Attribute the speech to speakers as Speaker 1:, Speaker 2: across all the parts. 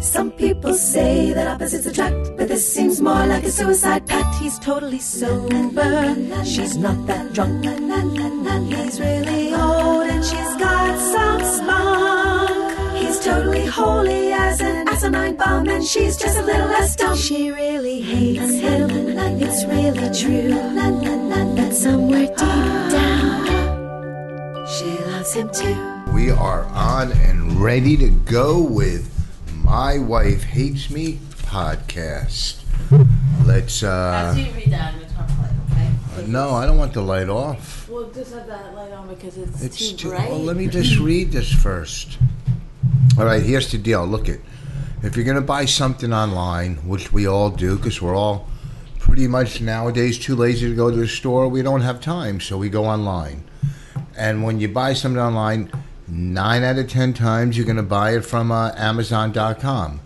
Speaker 1: Some people say that opposites attract, but this seems more like a suicide pact. He's totally sober, she's not that drunk. He's really old and she's got some spunk. He's totally holy as an asinine bomb, and she's just a little less dumb. She really hates him, it's really true. But somewhere deep down, she loves him too.
Speaker 2: We are on and ready to go with My Wife Hates Me podcast. Let's, uh,
Speaker 3: After you read that, I'm gonna turn off the light, okay?
Speaker 2: no, I don't want the light off.
Speaker 3: We'll just have that light on because it's,
Speaker 2: It's
Speaker 3: too
Speaker 2: ju-
Speaker 3: bright.
Speaker 2: well, let me just read this first. All right, here's the deal. Look it. If you're going to buy something online, which we all do because we're all pretty much nowadays too lazy to go to the store, we don't have time, so we go online. And when you buy something online, 9 out of 10 times you're going to buy it from uh, amazon.com.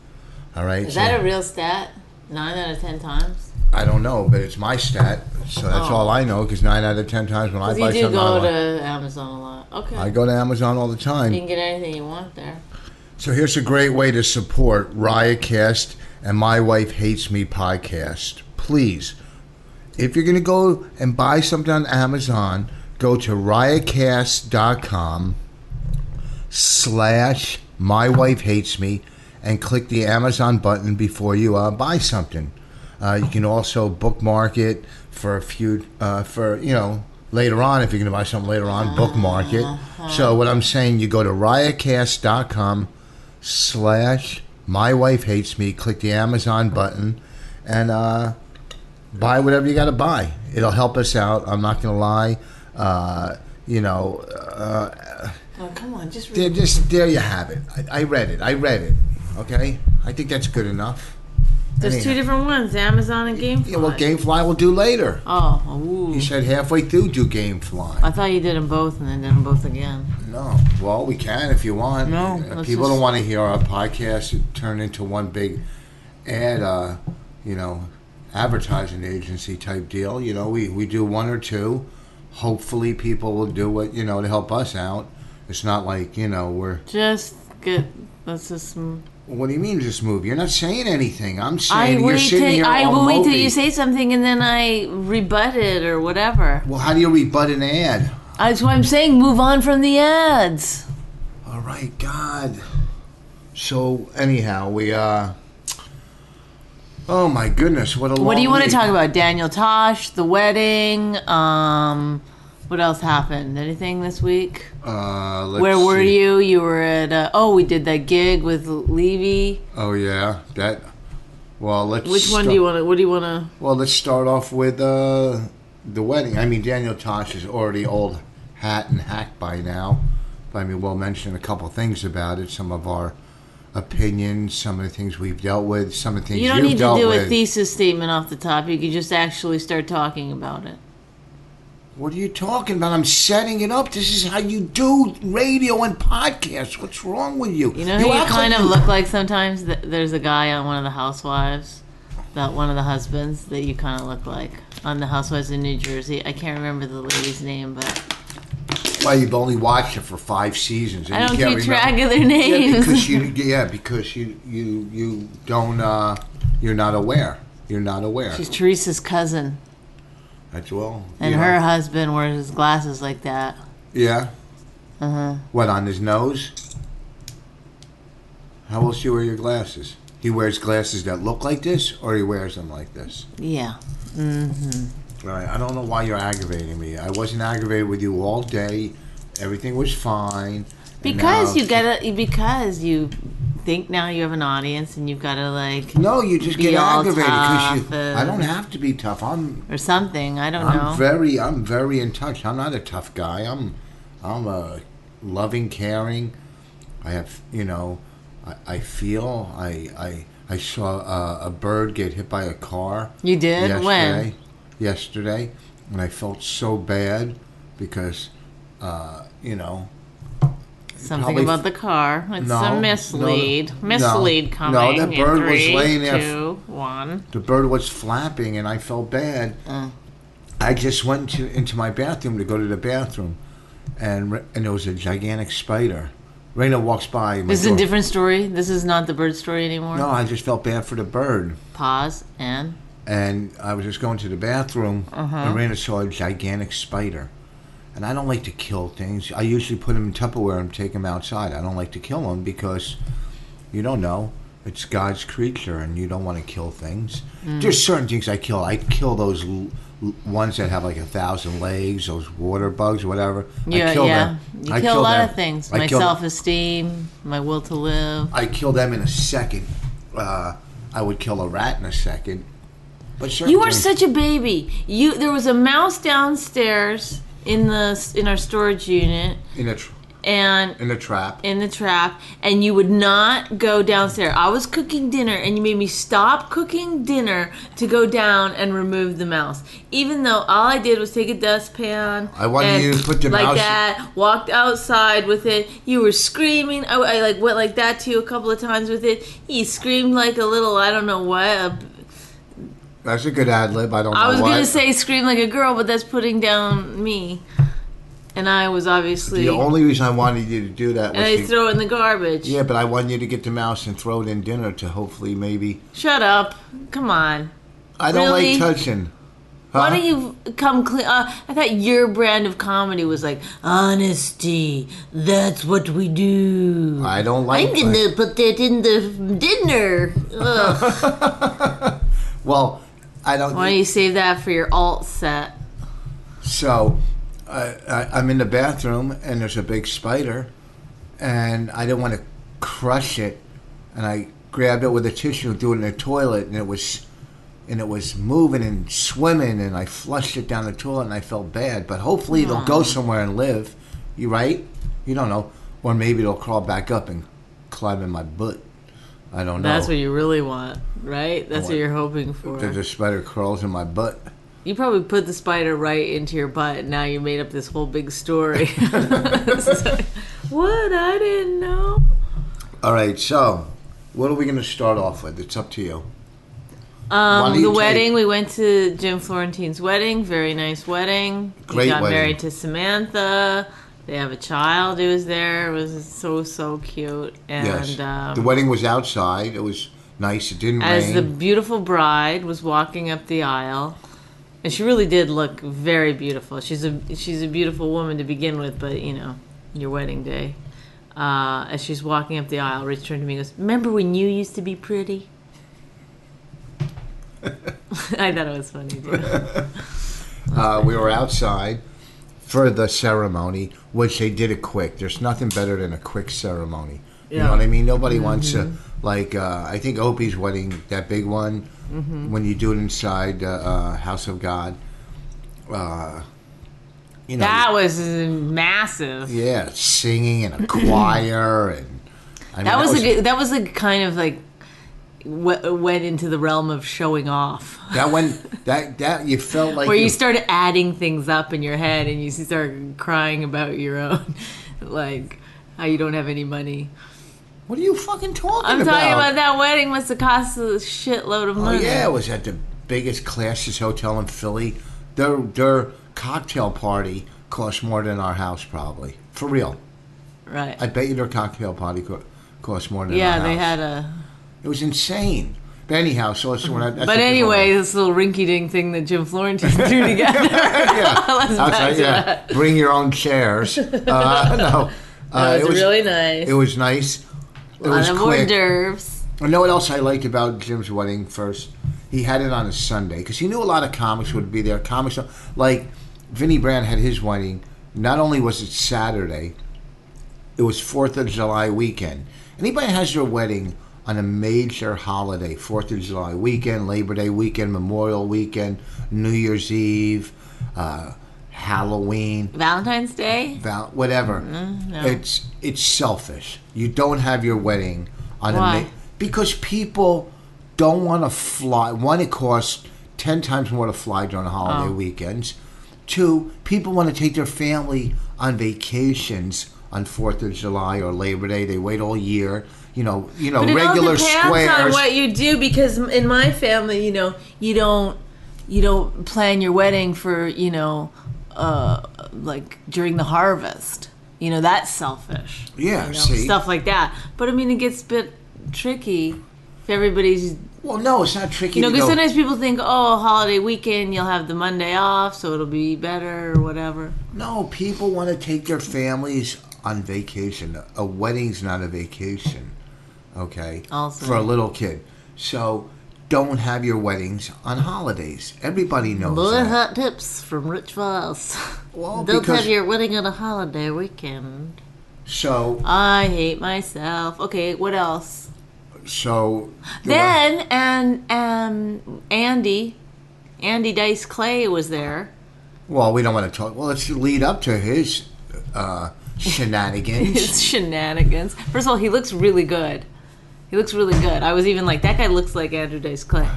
Speaker 2: All right?
Speaker 3: Is
Speaker 2: so-
Speaker 3: that a real stat? Nine out of ten times.
Speaker 2: I don't know, but it's my stat, so that's
Speaker 3: Oh.
Speaker 2: all I know because 9 out of 10 times when I buy
Speaker 3: you do
Speaker 2: something
Speaker 3: go
Speaker 2: online,
Speaker 3: to Amazon a lot. Okay.
Speaker 2: I go to Amazon all the time.
Speaker 3: you can get anything you want there.
Speaker 2: So here's a great way to support Riotcast and My Wife Hates Me podcast. Please, if you're going to go and buy something on Amazon, go to riotcast.com slash My Wife Hates Me and click the Amazon button before you uh, buy something. Uh, you can also bookmark it for a few, uh, for, you know, later on if you're going to buy something later on, bookmark it. So what I'm saying, you go to riotcast.com slash My Wife Hates Me, click the Amazon button, and, uh, buy whatever you got to buy. It'll help us out. I'm not going to lie. Uh, you know, uh,
Speaker 3: Oh, come on, just
Speaker 2: there,
Speaker 3: read.
Speaker 2: just there you have it. I, I read it. I read it. Okay, I think that's good enough.
Speaker 3: There's two
Speaker 2: anyhow.
Speaker 3: different ones: Amazon and GameFly.
Speaker 2: Yeah, well, GameFly we'll do later.
Speaker 3: Oh, ooh.
Speaker 2: You said halfway through do GameFly.
Speaker 3: I thought you did them both and then did them both again.
Speaker 2: No, well, we can if you want.
Speaker 3: No,
Speaker 2: Uh,
Speaker 3: let's
Speaker 2: people
Speaker 3: just-
Speaker 2: don't want to hear our podcast turn into one big ad. Uh, you know, advertising agency type deal. You know, we we do one or two. Hopefully, people will do what you know to help us out. It's not like you know we're.
Speaker 3: Just get. Let's just. mm,
Speaker 2: What do you mean just move? You're not saying anything. I'm
Speaker 3: I
Speaker 2: saying you're
Speaker 3: wait
Speaker 2: sitting
Speaker 3: till
Speaker 2: here
Speaker 3: I
Speaker 2: all
Speaker 3: will wait till you
Speaker 2: mopey.
Speaker 3: say something and then I rebut it or whatever.
Speaker 2: Well, how do you rebut an ad?
Speaker 3: That's what I'm saying. Move on from the ads.
Speaker 2: All right, God. So anyhow, we uh. Oh my goodness! What a.
Speaker 3: What do you
Speaker 2: long
Speaker 3: want to
Speaker 2: week.
Speaker 3: talk about? Daniel Tosh, the wedding. Um, what else happened? Anything this week?
Speaker 2: Uh, let's
Speaker 3: Where were
Speaker 2: see.
Speaker 3: you? You were at. Uh, oh, we did that gig with Levy.
Speaker 2: Oh yeah, that. Well, let's.
Speaker 3: Which one do you want to? What do you want to?
Speaker 2: Well, let's start off with uh, the wedding. I mean, Daniel Tosh is already old hat and hack by now. But I mean, we'll mention a couple things about it. Some of our opinions, some of the things we've dealt with, some of the things
Speaker 3: You don't
Speaker 2: have
Speaker 3: need to
Speaker 2: dealt
Speaker 3: do
Speaker 2: with.
Speaker 3: a thesis statement off the top. You could just actually start talking about it.
Speaker 2: What are you talking about? I'm setting it up. This is how you do radio and podcasts. What's wrong with you?
Speaker 3: You know who you,
Speaker 2: act
Speaker 3: kind
Speaker 2: like
Speaker 3: of
Speaker 2: you-
Speaker 3: look like sometimes. Th- There's a guy on one of the Housewives, that one of the husbands that you kind of look like on the Housewives in New Jersey. I can't remember the lady's name, but
Speaker 2: Well, you've only watched it for five seasons. And
Speaker 3: I don't
Speaker 2: you can't
Speaker 3: keep
Speaker 2: remember.
Speaker 3: track of their
Speaker 2: Yeah,
Speaker 3: names.
Speaker 2: because you yeah because you you you don't uh you're not aware you're not aware
Speaker 3: She's Teresa's cousin,
Speaker 2: that's well
Speaker 3: and
Speaker 2: you know.
Speaker 3: her husband wears his glasses like that.
Speaker 2: yeah
Speaker 3: Uh huh.
Speaker 2: what on his nose how else you wear your glasses he wears glasses that look like this or he wears them like this
Speaker 3: Yeah.
Speaker 2: all right I don't know why you're aggravating me I wasn't aggravated with you all day everything was fine And
Speaker 3: Because
Speaker 2: now-
Speaker 3: you gotta. Because you think now you have an audience, and you've gotta like
Speaker 2: no you just
Speaker 3: be
Speaker 2: get
Speaker 3: all
Speaker 2: aggravated
Speaker 3: tough
Speaker 2: because
Speaker 3: and-
Speaker 2: I don't have to be tough I'm
Speaker 3: or something. I don't know.
Speaker 2: I'm very, I'm very in touch. I'm not a tough guy. I'm, I'm a loving, caring. I have, you know, I, I feel. I, I, I saw a, a bird get hit by a car
Speaker 3: you did
Speaker 2: yesterday.
Speaker 3: when?
Speaker 2: Yesterday, and I felt so bad. because, uh, you know,
Speaker 3: Something
Speaker 2: probably-
Speaker 3: about the car. It's
Speaker 2: No, no,
Speaker 3: a mislead.
Speaker 2: no,
Speaker 3: mislead
Speaker 2: no,
Speaker 3: coming.
Speaker 2: that
Speaker 3: in
Speaker 2: bird was
Speaker 3: three,
Speaker 2: laying there Oh, f-
Speaker 3: two, one.
Speaker 2: the bird was flapping and I felt bad.
Speaker 3: Mm.
Speaker 2: I just went to, into my bathroom to go to the bathroom, and Re- and there was a gigantic spider. Raina walks by. my
Speaker 3: This is a
Speaker 2: door.
Speaker 3: different story. This is not the bird story anymore.
Speaker 2: No, I just felt bad for the bird.
Speaker 3: Pause and
Speaker 2: and I was just going to the bathroom
Speaker 3: Uh-huh.
Speaker 2: and ran and saw a gigantic spider. And I don't like to kill things. I usually put them in Tupperware and take them outside. I don't like to kill them because you don't know. It's God's creature and you don't want to kill things.
Speaker 3: Mm.
Speaker 2: There's certain things I kill. I kill those l- l- ones that have like a thousand legs, those water bugs, whatever.
Speaker 3: yeah,
Speaker 2: I kill
Speaker 3: yeah.
Speaker 2: them.
Speaker 3: You
Speaker 2: I
Speaker 3: kill, a lot
Speaker 2: them.
Speaker 3: of things.
Speaker 2: I
Speaker 3: my
Speaker 2: kill-
Speaker 3: self-esteem, my will to live.
Speaker 2: I kill them in a second. Uh, I would kill a rat in a second. But certain
Speaker 3: You are
Speaker 2: things-
Speaker 3: such a baby. You there was a mouse downstairs in the in our storage unit
Speaker 2: in a tr-
Speaker 3: and
Speaker 2: in a trap.
Speaker 3: in the trap and you would not go downstairs. I was cooking dinner and you made me stop cooking dinner to go down and remove the mouse. Even though all I did was take a dustpan.
Speaker 2: I wanted
Speaker 3: and
Speaker 2: you to put the
Speaker 3: like
Speaker 2: mouse-
Speaker 3: that, walked outside with it. You were screaming. I, I like went like that to you a couple of times with it. You screamed like a little I don't know what. A,
Speaker 2: That's a good ad lib. I don't.
Speaker 3: I
Speaker 2: know
Speaker 3: was
Speaker 2: why.
Speaker 3: gonna say scream like a girl, but that's putting down me. And I was obviously
Speaker 2: the only reason I wanted you to do that was
Speaker 3: and I
Speaker 2: to-
Speaker 3: throw in the garbage.
Speaker 2: yeah, but I wanted you to get the mouse and throw it in dinner to hopefully maybe.
Speaker 3: Shut up. Come on.
Speaker 2: I don't
Speaker 3: Really?
Speaker 2: like touching. Huh?
Speaker 3: Why don't you come clean? Uh, I thought your brand of comedy was like honesty. That's what we do.
Speaker 2: I don't like.
Speaker 3: I'm gonna put that in the dinner. Ugh.
Speaker 2: well, I don't.
Speaker 3: Why don't you save that for your alt set?
Speaker 2: So, I, I, I'm in the bathroom and there's a big spider, and I didn't want to crush it, and I grabbed it with a tissue and threw it in the toilet, and it was, and it was moving and swimming, and I flushed it down the toilet, and I felt bad. But hopefully it'll go somewhere and live. You right? You don't know, or maybe it'll crawl back up and climb in my butt. I don't know.
Speaker 3: That's what you really want, right? That's what you're hoping for.
Speaker 2: There's a spider crawls in my butt.
Speaker 3: You probably put the spider right into your butt. And now you made up this whole big story. what? I didn't know.
Speaker 2: All right, so what are we going to start off with? It's up to you. Why
Speaker 3: Um,
Speaker 2: don't
Speaker 3: the
Speaker 2: you take-
Speaker 3: wedding, we went to Jim Florentine's wedding. Very nice wedding.
Speaker 2: Great
Speaker 3: he got
Speaker 2: wedding.
Speaker 3: married to Samantha. They have a child who was there. It was so, so cute. And
Speaker 2: Yes.
Speaker 3: um,
Speaker 2: the wedding was outside. It was nice. It didn't
Speaker 3: as
Speaker 2: rain.
Speaker 3: the beautiful bride was walking up the aisle, and she really did look very beautiful. She's a she's a beautiful woman to begin with, but you know, your wedding day. Uh, as she's walking up the aisle, Rich turned to me and goes, "Remember when you used to be pretty?" I thought it was funny. Too.
Speaker 2: uh, we were outside for the ceremony, which they did it quick. There's nothing better than a quick ceremony. You know
Speaker 3: Yeah. Mm-hmm.
Speaker 2: what I mean? Nobody wants to, like, uh, I think Opie's wedding, that big one,
Speaker 3: Mm-hmm.
Speaker 2: when you do it inside the uh, House of God. Uh, you know,
Speaker 3: That was massive.
Speaker 2: yeah, singing and a choir and. I mean,
Speaker 3: that was, a good, that was a kind of like w- went into the realm of showing off.
Speaker 2: that one that that you felt like
Speaker 3: where you
Speaker 2: you-
Speaker 3: start adding things up in your head and you start crying about your own like how you don't have any money
Speaker 2: What are you fucking talking
Speaker 3: i'm
Speaker 2: about?
Speaker 3: talking about that wedding must have cost a shitload of
Speaker 2: Oh
Speaker 3: money
Speaker 2: yeah, it was at the biggest classiest hotel in Philly. Their their cocktail party cost more than our house probably. For real,
Speaker 3: right
Speaker 2: I bet you their cocktail party co- cost more than
Speaker 3: yeah
Speaker 2: our
Speaker 3: they
Speaker 2: house.
Speaker 3: had a
Speaker 2: It was insane. But anyhow, so it's when I, that's
Speaker 3: but
Speaker 2: what-
Speaker 3: anyway this little rinky-dink thing that jim florentine threw together
Speaker 2: yeah, outside,
Speaker 3: to
Speaker 2: yeah, bring your own chairs. Uh, no, uh,
Speaker 3: it was, really nice
Speaker 2: It was nice. It
Speaker 3: a lot
Speaker 2: was
Speaker 3: of hors
Speaker 2: quick.
Speaker 3: d'oeuvres
Speaker 2: You know what else I liked about Jim's wedding first? He had it on a Sunday because he knew a lot of comics would be there. Comics like Vinnie Brand had his wedding. Not only was it Saturday, it was Fourth of July weekend. Anybody has their wedding on a major holiday, Fourth of July weekend, Labor Day weekend, Memorial weekend, New Year's Eve, uh, Halloween,
Speaker 3: valentine's day
Speaker 2: val- whatever.
Speaker 3: Mm,
Speaker 2: It's it's selfish. You don't have your wedding on
Speaker 3: Why?
Speaker 2: a ma- because people
Speaker 3: Oh.
Speaker 2: don't want to fly. One, it costs ten times more to fly during the holiday weekends. Two, people want to take their family on vacations on Fourth of July or Labor Day. They wait all year. You know, you know,
Speaker 3: But it all
Speaker 2: regular
Speaker 3: depends on
Speaker 2: squares.
Speaker 3: what you do because in my family, you know, you don't you don't plan your wedding for you know uh, like during the harvest. You know that's selfish.
Speaker 2: Yeah,
Speaker 3: you know,
Speaker 2: see?
Speaker 3: stuff like that. But I mean, it gets a bit tricky if everybody's
Speaker 2: well, no, it's not tricky.
Speaker 3: you know
Speaker 2: to
Speaker 3: because
Speaker 2: go-
Speaker 3: sometimes people think oh holiday weekend you'll have the Monday off so it'll be better or whatever.
Speaker 2: No, people want to take their families on vacation. A wedding's not a vacation, okay?
Speaker 3: Also.
Speaker 2: For a little kid. So don't have your weddings on holidays. Everybody knows
Speaker 3: Bullet
Speaker 2: that.
Speaker 3: hot tips from Rich Voss.
Speaker 2: Well,
Speaker 3: Don't
Speaker 2: because-
Speaker 3: have your wedding on a holiday weekend.
Speaker 2: So,
Speaker 3: I hate myself. Okay, what else?
Speaker 2: so.
Speaker 3: Then and um Andy, Andy Dice Clay was there.
Speaker 2: Well, we don't want to talk. Well, let's lead up to his uh, shenanigans.
Speaker 3: His shenanigans. First of all, he looks really good. He looks really good. I was even like, that guy looks like Andrew Dice Clay,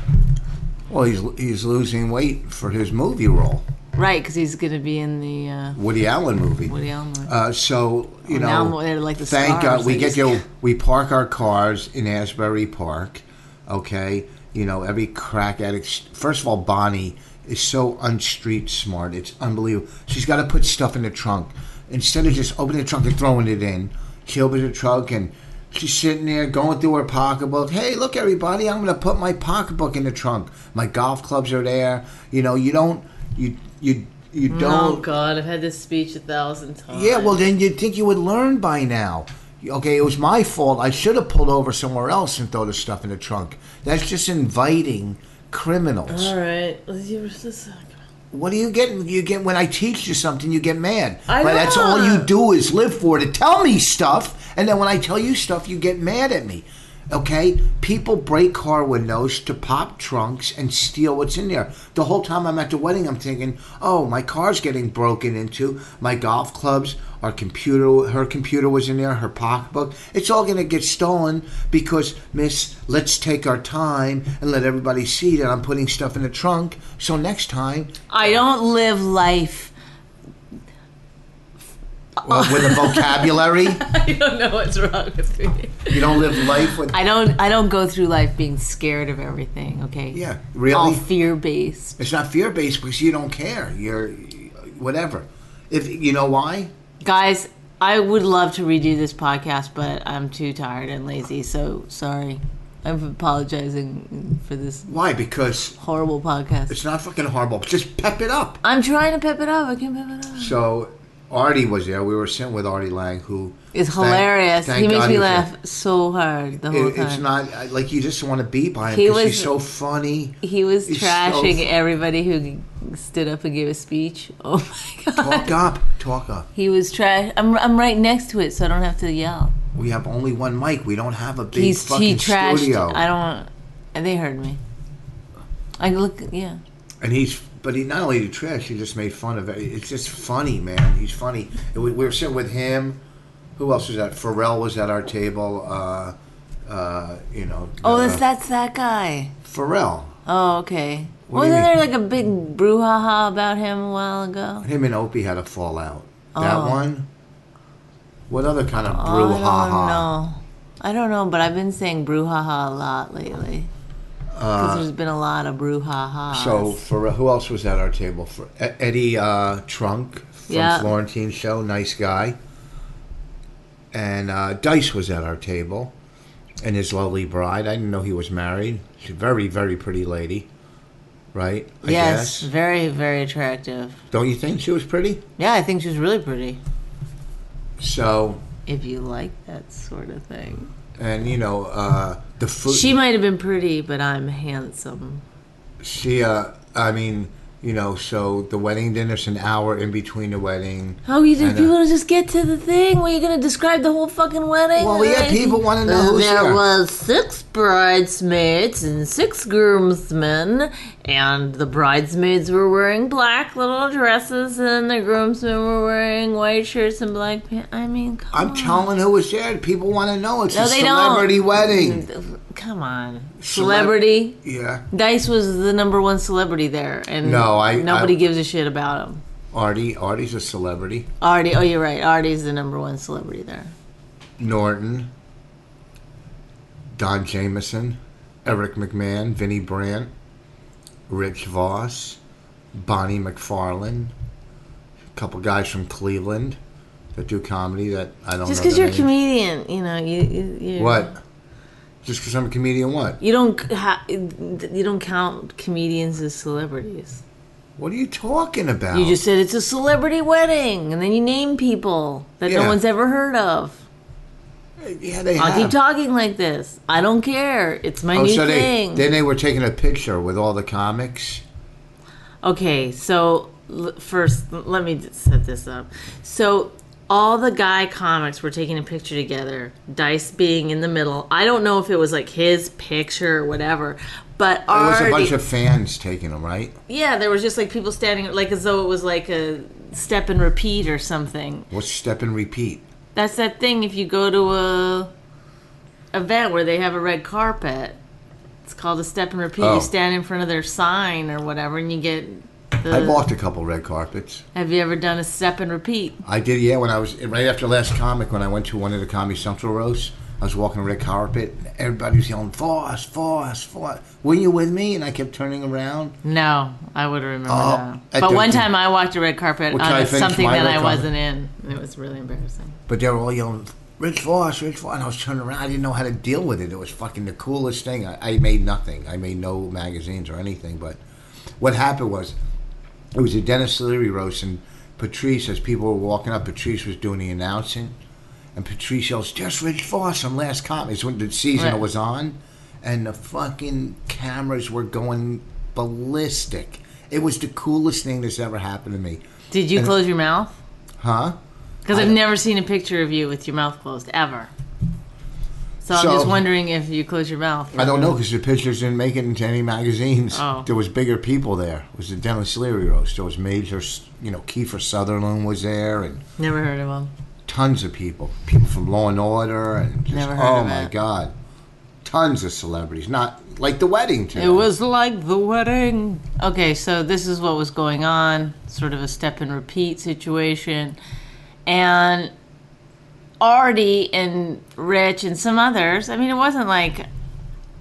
Speaker 2: well, he's, he's losing weight for his movie role,
Speaker 3: right? Because he's gonna be in the uh,
Speaker 2: Woody Allen movie.
Speaker 3: Woody Allen. movie.
Speaker 2: Uh, so you
Speaker 3: now
Speaker 2: know,
Speaker 3: I'm- they're like the
Speaker 2: thank
Speaker 3: stars,
Speaker 2: God we
Speaker 3: they
Speaker 2: get
Speaker 3: just-
Speaker 2: to we park our cars in Asbury Park. Okay, you know every crack addict. First of all, Bonnie is so unstreet smart. It's unbelievable. She's got to put stuff in the trunk instead of just opening the trunk and throwing it in. She opens the trunk and she's sitting there going through her pocketbook. Hey, look everybody, I'm going to put my pocketbook in the trunk. My golf clubs are there. You know, you don't you you you
Speaker 3: oh
Speaker 2: don't
Speaker 3: God, I've had this speech a thousand times.
Speaker 2: yeah, well, then you'd think you would learn by now. Okay, it was my fault. I should have pulled over somewhere else and throw the stuff in the trunk. That's just inviting criminals.
Speaker 3: all right. Let's hear what's this.
Speaker 2: What do you get? You get when I teach you something, you get mad.
Speaker 3: I
Speaker 2: but that's
Speaker 3: know.
Speaker 2: all you do is live for to tell me stuff, and then when I tell you stuff, you get mad at me. Okay, people break car windows to pop trunks and steal what's in there. The whole time I'm at the wedding, I'm thinking, "Oh, my car's getting broken into. My golf clubs, our computer, her computer was in there, her pocketbook. It's all gonna get stolen because Miss, let's take our time and let everybody see that I'm putting stuff in the trunk. So next time,
Speaker 3: I don't live life.
Speaker 2: Well, with a vocabulary. You
Speaker 3: I don't know what's wrong with me.
Speaker 2: don't live life with.
Speaker 3: I don't. I don't go through life being scared of everything. Okay.
Speaker 2: Yeah, really?
Speaker 3: All fear based.
Speaker 2: It's not fear based because you don't care. You're whatever. If you know why,
Speaker 3: Guys, I would love to redo this podcast, but I'm too tired and lazy. So sorry. I'm apologizing for this
Speaker 2: why? Because
Speaker 3: horrible podcast.
Speaker 2: it's not fucking horrible. Just pep it up.
Speaker 3: I'm trying to pep it up. I can't pep it up.
Speaker 2: So Artie was there. We were sitting with Artie Lang, who
Speaker 3: It's
Speaker 2: thank-
Speaker 3: hilarious.
Speaker 2: thank
Speaker 3: he makes
Speaker 2: God
Speaker 3: me
Speaker 2: was there.
Speaker 3: laugh so hard the whole
Speaker 2: It-
Speaker 3: time.
Speaker 2: it's not I- like you just want to be by him
Speaker 3: He
Speaker 2: because
Speaker 3: was-
Speaker 2: he's so funny.
Speaker 3: he was
Speaker 2: He's so
Speaker 3: trashing
Speaker 2: f-
Speaker 3: everybody who stood up and gave a speech. Oh my god.
Speaker 2: Talk up, talk up.
Speaker 3: He was trash. I'm I'm right next to it, so I don't have to yell.
Speaker 2: We have only one mic. We don't have a big
Speaker 3: He's
Speaker 2: fucking
Speaker 3: he trashed.
Speaker 2: studio.
Speaker 3: I don't. and They heard me. I look. Yeah.
Speaker 2: And he's, but he not only did trash, he just made fun of it. It's just funny, man. He's funny. And we, we were sitting with him. Who else was that? Pharrell was at our table. Uh, uh, you know.
Speaker 3: Oh,
Speaker 2: uh,
Speaker 3: that's that's that guy.
Speaker 2: Pharrell.
Speaker 3: Oh, okay.
Speaker 2: What do you
Speaker 3: Wasn't
Speaker 2: mean?
Speaker 3: there like a big brouhaha about him a while ago?
Speaker 2: Him and Opie had a fallout. That
Speaker 3: Oh.
Speaker 2: one. What other kind of
Speaker 3: I don't
Speaker 2: brouhaha?
Speaker 3: know. I don't know, but I've been saying brouhaha a lot lately. Because there's been a lot of brouhaha.
Speaker 2: Uh, So Pharrell, who else was at our table? For E- Eddie uh, Trunk from
Speaker 3: Yeah.
Speaker 2: Florentine Show, nice guy. And uh, Dice was at our table, and his lovely bride. I didn't know he was married. She's a very, very pretty lady, right? I
Speaker 3: yes,
Speaker 2: guess.
Speaker 3: very very attractive.
Speaker 2: Don't you think she was pretty?
Speaker 3: Yeah, I think she's really pretty.
Speaker 2: So,
Speaker 3: If you like that sort of thing.
Speaker 2: and you know, uh, the food.
Speaker 3: She might have been pretty, but I'm handsome.
Speaker 2: she, uh, I mean, you know, so the wedding dinner's an hour in between the wedding.
Speaker 3: Oh, you did
Speaker 2: know.
Speaker 3: people just get to the thing? Were you going to describe the whole fucking wedding?
Speaker 2: Well, yeah, people wanna know
Speaker 3: Uh,
Speaker 2: who's
Speaker 3: there.
Speaker 2: there.
Speaker 3: was six bridesmaids and six groomsmen, and the bridesmaids were wearing black little dresses, and the groomsmen were wearing white shirts and black pants. I mean, come
Speaker 2: I'm
Speaker 3: on.
Speaker 2: telling who was there. People want to know. It's
Speaker 3: Oh. No,
Speaker 2: a
Speaker 3: they don't. Mm.
Speaker 2: celebrity wedding.
Speaker 3: Come on,
Speaker 2: Celeb-
Speaker 3: celebrity.
Speaker 2: Yeah.
Speaker 3: Dice was the number one celebrity there, and
Speaker 2: No, I-
Speaker 3: nobody
Speaker 2: I-
Speaker 3: gives a shit about him.
Speaker 2: Artie. Artie's a celebrity.
Speaker 3: Artie, oh, you're right. Artie's the number one celebrity there.
Speaker 2: Norton, Don Jameson, Eric McMahon, Vinnie Brandt, Rich Voss, Bonnie McFarlane, a couple guys from Cleveland that do comedy that I don't
Speaker 3: Just
Speaker 2: know.
Speaker 3: because you're a
Speaker 2: their names.
Speaker 3: comedian, you know, you, you you're,
Speaker 2: What? Just because I'm a comedian, what?
Speaker 3: You don't c- ha- you don't count comedians as celebrities.
Speaker 2: What are you talking about?
Speaker 3: You just said it's a celebrity wedding, and then you name people that
Speaker 2: Yeah.
Speaker 3: no one's ever heard of.
Speaker 2: yeah, they
Speaker 3: I'll
Speaker 2: have.
Speaker 3: keep talking like this. I don't care. It's my
Speaker 2: Oh,
Speaker 3: new
Speaker 2: so they
Speaker 3: thing.
Speaker 2: then they were taking a picture with all the comics.
Speaker 3: Okay, so l- first, l- let me d- set this up. So all the guy comics were taking a picture together, Dice being in the middle. I don't know if it was like his picture or whatever, but
Speaker 2: There was a
Speaker 3: already-
Speaker 2: bunch of fans taking them, right?
Speaker 3: yeah, there was just like people standing like as though it was like a step and repeat or something.
Speaker 2: What's step and repeat?
Speaker 3: That's that thing if you go to a event where they have a red carpet. It's called a step and repeat.
Speaker 2: Oh.
Speaker 3: You stand in front of their sign or whatever, and you get. The,
Speaker 2: I walked a couple red carpets.
Speaker 3: Have you ever done a step and repeat?
Speaker 2: I did, yeah. When I was right after last comic, when I went to one of the Comedy Central roasts, I was walking red carpet. And everybody was yelling, "Foss, Foss, Foss!" Were you with me? And I kept turning around.
Speaker 3: No, I would remember
Speaker 2: Oh,
Speaker 3: that.
Speaker 2: at
Speaker 3: But
Speaker 2: the-
Speaker 3: one time I walked a red carpet
Speaker 2: Which I
Speaker 3: on
Speaker 2: finished
Speaker 3: something
Speaker 2: my
Speaker 3: that
Speaker 2: red
Speaker 3: I
Speaker 2: carpet.
Speaker 3: wasn't in, and it was really embarrassing.
Speaker 2: But they were all yelling, "Rich Voss, Rich Voss!" And I was turning around. I didn't know how to deal with it. It was fucking the coolest thing. I, I made nothing. I made no magazines or anything. But what happened was, it was a Dennis Leary roast, and Patrice, as people were walking up, Patrice was doing the announcing, and Patrice yells, "Just Rich Voss on last comic." It's when the season
Speaker 3: Right.
Speaker 2: was on, and the fucking cameras were going ballistic. It was the coolest thing that's ever happened to me.
Speaker 3: Did you close your mouth?
Speaker 2: Huh?
Speaker 3: Because I've never seen a picture of you with your mouth closed ever.
Speaker 2: So-
Speaker 3: So, I'm just wondering if you close your mouth.
Speaker 2: I don't know because the pictures didn't make it into any magazines.
Speaker 3: Oh.
Speaker 2: There was bigger people there. It was the Dennis Leary roast. There was major, you know, Kiefer Sutherland was there, and
Speaker 3: Never heard of him.
Speaker 2: tons of people, people from Law and Order, and just,
Speaker 3: Never heard
Speaker 2: oh
Speaker 3: of
Speaker 2: my
Speaker 3: it.
Speaker 2: god, tons of celebrities. Not like the wedding today.
Speaker 3: It was like the wedding. Okay, so this is what was going on, sort of a step and repeat situation. And Artie and Rich and some others, I mean, it wasn't like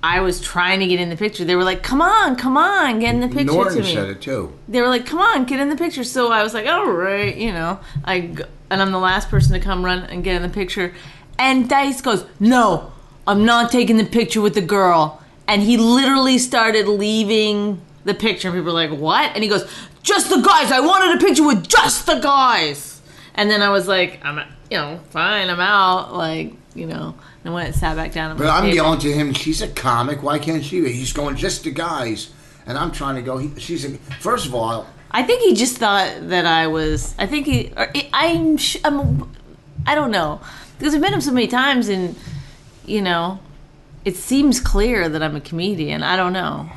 Speaker 3: I was trying to get in the picture. They were like, come on, come on, get in the picture
Speaker 2: Norton
Speaker 3: to me.
Speaker 2: said it too.
Speaker 3: They were like, come on, get in the picture. So I was like, all right, you know. I g- and I'm the last person to come run and get in the picture. And Dice goes, no, I'm not taking the picture with the girl. And he literally started leaving the picture. People were like, what? And he goes, just the guys. I wanted a picture with just the guys. And then I was like, I'm, you know, fine, I'm out. Like, you know. And I went and sat back down. At
Speaker 2: But
Speaker 3: my
Speaker 2: I'm
Speaker 3: table.
Speaker 2: yelling to him. She's a comic. Why can't she? be?" He's going just the guys, and I'm trying to go. He, she's a, first of all.
Speaker 3: I think he just thought that I was. I think he. Or I- I'm. sh- I'm. I don't know because I've met him so many times, and you know, it seems clear that I'm a comedian. I don't know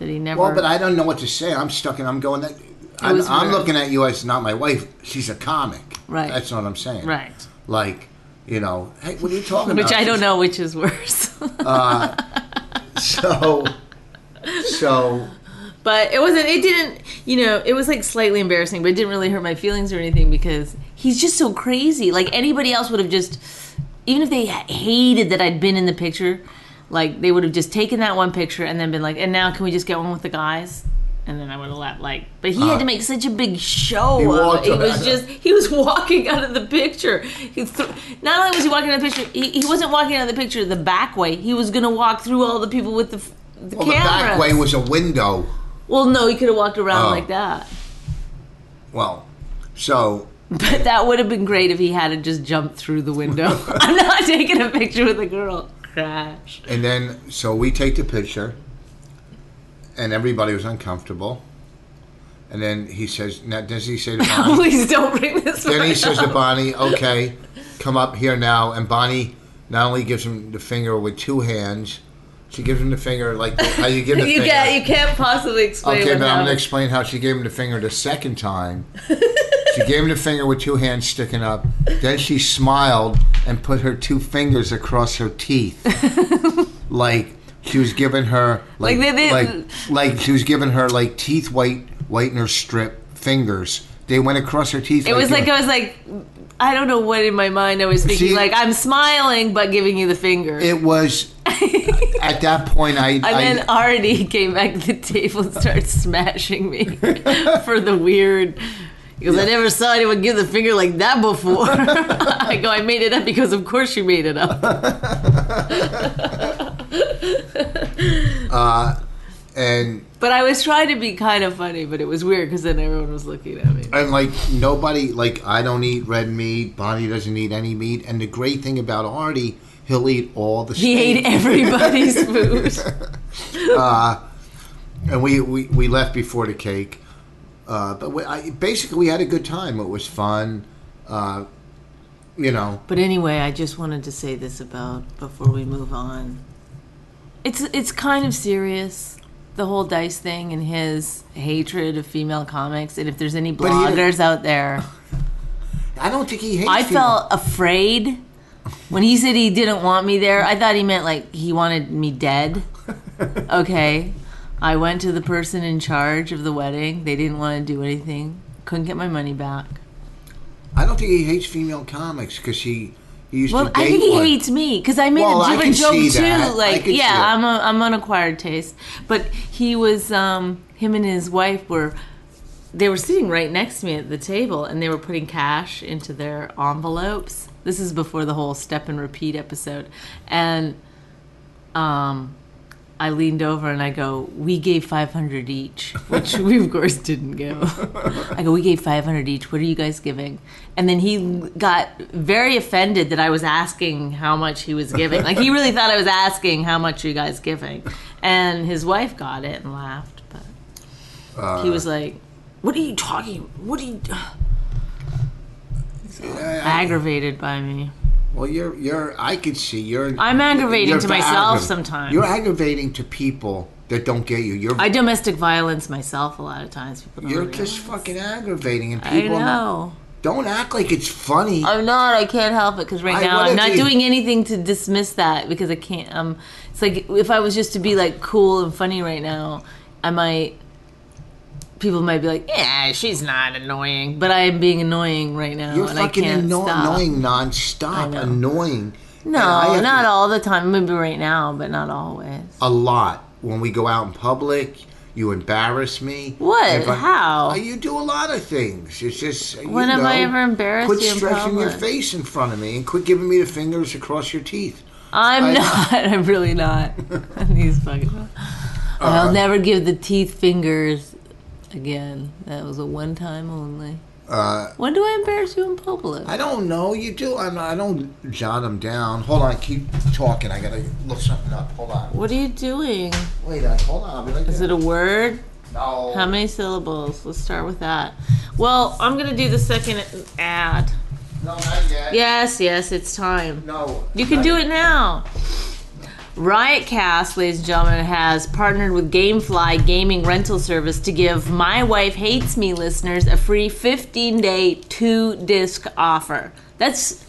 Speaker 3: that he never.
Speaker 2: Well, but I don't know what to say. I'm stuck and I'm going. That, I'm,
Speaker 3: was
Speaker 2: I'm
Speaker 3: weird.
Speaker 2: looking at you as not my wife. She's a comic.
Speaker 3: Right.
Speaker 2: That's what I'm saying.
Speaker 3: right,
Speaker 2: Like, you know, hey, what are you talking about? Uh,
Speaker 3: which I don't know which is worse.
Speaker 2: So, so
Speaker 3: but it wasn't. It didn't. You know, it was like slightly embarrassing, but it didn't really hurt my feelings or anything because he's just so crazy. Like anybody else would have just, even if they hated that I'd been in the picture, like they would have just taken that one picture and then been like, and now can we just get one with the guys? And then I would have left. Like, but he had to make such a big show.
Speaker 2: Uh, He
Speaker 3: of
Speaker 2: walked
Speaker 3: it. It
Speaker 2: out.
Speaker 3: was just he was walking out of the picture. He th- not only was he walking out of the picture, he, he wasn't walking out of the picture the back way. He was gonna walk through all the people with the. f- The
Speaker 2: well, the back
Speaker 3: cameras.
Speaker 2: way was a window.
Speaker 3: Well, no, he could have walked around
Speaker 2: Oh.
Speaker 3: like that.
Speaker 2: Well, so
Speaker 3: But that would have been great if he had to just jumped through the window. I'm not taking a picture with a girl. Crash.
Speaker 2: and then so we take the picture, and everybody was uncomfortable. And then he says, "Now, does he say to Bonnie?"
Speaker 3: Please don't bring this.
Speaker 2: Then he
Speaker 3: part
Speaker 2: says to
Speaker 3: up.
Speaker 2: Bonnie, "Okay, come up here now." And Bonnie not only gives him the finger with two hands, she gives him the finger like how you give the
Speaker 3: "You
Speaker 2: finger.
Speaker 3: can't. You can't possibly explain."
Speaker 2: okay,
Speaker 3: what
Speaker 2: but I'm
Speaker 3: happened.
Speaker 2: gonna explain how she gave him the finger the second time. she gave him the finger with two hands sticking up. Then she smiled and put her two fingers across her teeth, like she was giving her like
Speaker 3: Like
Speaker 2: like
Speaker 3: they- they-
Speaker 2: like, she was giving her like teeth white whitener strip fingers They went across her teeth.
Speaker 3: It was like
Speaker 2: you
Speaker 3: I was like, I don't know what in my mind I was thinking.
Speaker 2: See-
Speaker 3: like I'm smiling but giving you the finger,
Speaker 2: It was at that point. I,
Speaker 3: and
Speaker 2: I
Speaker 3: then Artie came back to the table and started smashing me for the weird. Because I never saw anyone give the finger like that before. I go, I made it up because of course you made it up.
Speaker 2: uh, and
Speaker 3: But I was trying to be kind of funny, but it was weird because then everyone was looking at me.
Speaker 2: and like nobody like I don't eat red meat. Bonnie doesn't eat any meat. And the great thing about Artie, he'll eat all the.
Speaker 3: He
Speaker 2: steak.
Speaker 3: ate everybody's food.
Speaker 2: and we, we, we left before the cake. Uh, but we, I, basically, we had a good time. It was fun. Uh, you know,
Speaker 3: But anyway, I just wanted to say this about before we move on. It's it's kind of serious, the whole Dice thing and his hatred of female comics. And if there's any
Speaker 2: he didn't-
Speaker 3: bloggers out there,
Speaker 2: I don't think he hates.
Speaker 3: I
Speaker 2: female-
Speaker 3: felt afraid when he said he didn't want me there. I thought he meant like he wanted me dead. Okay, I went to the person in charge of the wedding. They didn't want to do anything. Couldn't get my money back.
Speaker 2: I don't think he hates female comics because he, he used
Speaker 3: Well,
Speaker 2: to date
Speaker 3: I think he
Speaker 2: one.
Speaker 3: hates me because I made
Speaker 2: Well,
Speaker 3: a
Speaker 2: I
Speaker 3: different
Speaker 2: can
Speaker 3: joke
Speaker 2: see
Speaker 3: too.
Speaker 2: that. I
Speaker 3: Like,
Speaker 2: can see
Speaker 3: yeah,
Speaker 2: that.
Speaker 3: I'm a, I'm on acquired taste, but he was um, him and his wife were they were sitting right next to me at the table and they were putting cash into their envelopes. This is before the whole step and repeat episode, and um, I leaned over and I go, "We gave 500 each," which we of course didn't give. I go, "We gave 500 each. What are you guys giving?" And then he got very offended that I was asking how much he was giving. Like he really thought I was asking how much you guys giving. And his wife got it and laughed, but he
Speaker 2: Uh,
Speaker 3: was like, "What are you talking? What are you?" aggravated by me.
Speaker 2: Well, you're you're. I could see you're.
Speaker 3: I'm aggravating
Speaker 2: you're
Speaker 3: to myself
Speaker 2: aggra-
Speaker 3: sometimes.
Speaker 2: You're aggravating to people that don't get you. You're
Speaker 3: I domestic violence myself a lot of times. People don't
Speaker 2: you're
Speaker 3: realize.
Speaker 2: just fucking aggravating, and
Speaker 3: I
Speaker 2: people
Speaker 3: know.
Speaker 2: don't act like it's funny.
Speaker 3: I'm not. I can't help it because right
Speaker 2: I-
Speaker 3: now
Speaker 2: what
Speaker 3: I'm
Speaker 2: if
Speaker 3: not
Speaker 2: you-
Speaker 3: doing anything to dismiss that because I can't. Um, it's like if I was just to be like cool and funny right now, I might. People might be like, "Yeah, she's not annoying," but I am being annoying right now,
Speaker 2: you're
Speaker 3: and
Speaker 2: fucking
Speaker 3: I can't
Speaker 2: anno-
Speaker 3: stop.
Speaker 2: annoying nonstop,
Speaker 3: know.
Speaker 2: annoying.
Speaker 3: No,
Speaker 2: And I have
Speaker 3: not
Speaker 2: to-
Speaker 3: all the time. Maybe right now, but not always.
Speaker 2: a lot when we go out in public. You embarrass me.
Speaker 3: What?
Speaker 2: If I-
Speaker 3: How?
Speaker 2: Uh, You do a lot of things. It's just. you
Speaker 3: When have I
Speaker 2: know,
Speaker 3: ever embarrassed
Speaker 2: Quit
Speaker 3: you in
Speaker 2: stretching your
Speaker 3: public?
Speaker 2: face in front of me and quit giving me the fingers across your teeth.
Speaker 3: I'm
Speaker 2: I-
Speaker 3: not. I'm really not. He's fucking. I'll never give the teeth fingers again. That was a one time only.
Speaker 2: Uh,
Speaker 3: When do I embarrass you in public?
Speaker 2: I don't know. You do. I'm, I don't jot them down. Hold on. Keep talking. I gotta look something up. Hold on.
Speaker 3: What are you doing?
Speaker 2: Wait. Uh, hold on. I'll be right
Speaker 3: Is it
Speaker 2: there.
Speaker 3: a word?
Speaker 2: No.
Speaker 3: How many syllables? Let's start with that. Well, I'm gonna do the second ad.
Speaker 2: No, not yet.
Speaker 3: Yes, yes, it's time.
Speaker 2: No.
Speaker 3: You can
Speaker 2: I-
Speaker 3: do it now. Riotcast, ladies and gentlemen, has partnered with Gamefly Gaming Rental Service to give My Wife Hates Me listeners a free 15 day two disc offer. That's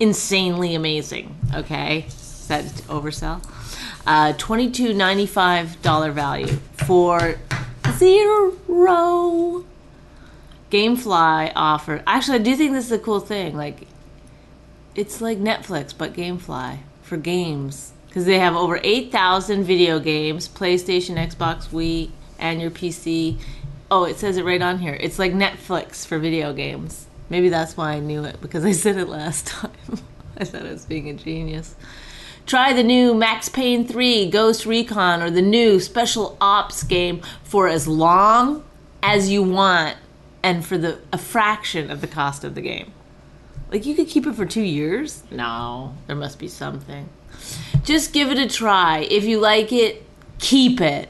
Speaker 3: insanely amazing, okay? Is that oversell? Uh, $22.95 value for zero. Gamefly offer. Actually, I do think this is a cool thing. Like, it's like Netflix but GameFly for games because they have over 8,000 video games, PlayStation, Xbox, Wii, and your PC. Oh, it says it right on here. It's like Netflix for video games. Maybe that's why I knew it because I said it last time. I thought I was being a genius. Try the new Max Payne 3 Ghost Recon or the new Special Ops game for as long as you want and for the a fraction of the cost of the game. Like you could keep it for two years? No, there must be something. Just give it a try. If you like it, keep it.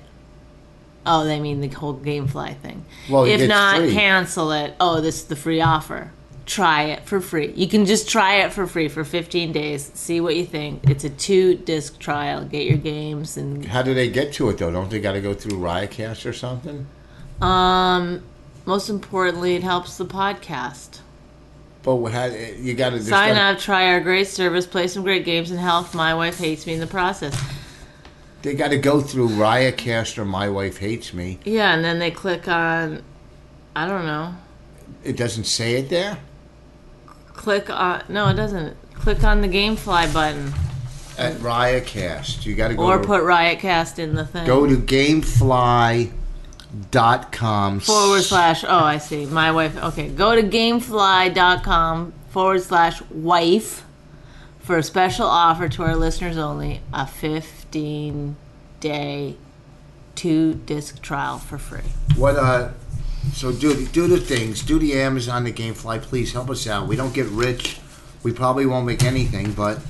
Speaker 3: Oh, they mean the whole GameFly thing.
Speaker 2: Well, it
Speaker 3: if
Speaker 2: gets
Speaker 3: not,
Speaker 2: free.
Speaker 3: cancel it. Oh, this is the free offer. Try it for free. You can just try it for free for 15 days. See what you think. It's a two disc trial. Get your games and
Speaker 2: How do they get to it though? Don't they got to go through Riotcast or something?
Speaker 3: um most importantly, it helps the podcast.
Speaker 2: But how, you got to
Speaker 3: Sign up, try our great service, play some great games, and help my wife hates me in the process.
Speaker 2: They got to go through Riotcast or My Wife Hates Me.
Speaker 3: Yeah, and then they click on, I don't know.
Speaker 2: It doesn't say it there.
Speaker 3: Click on no, it doesn't. Click on the GameFly button
Speaker 2: At Riotcast, you got to go.
Speaker 3: or
Speaker 2: to,
Speaker 3: put Riotcast in the thing.
Speaker 2: go to GameFly.com
Speaker 3: forward slash oh I see my wife. Okay, go to GameFly.com forward slash wife for a special offer to our listeners only a 15 day two disc trial for free.
Speaker 2: What uh? So do the, do the things. Do the Amazon, the GameFly. Please help us out. We don't get rich. We probably won't make anything, but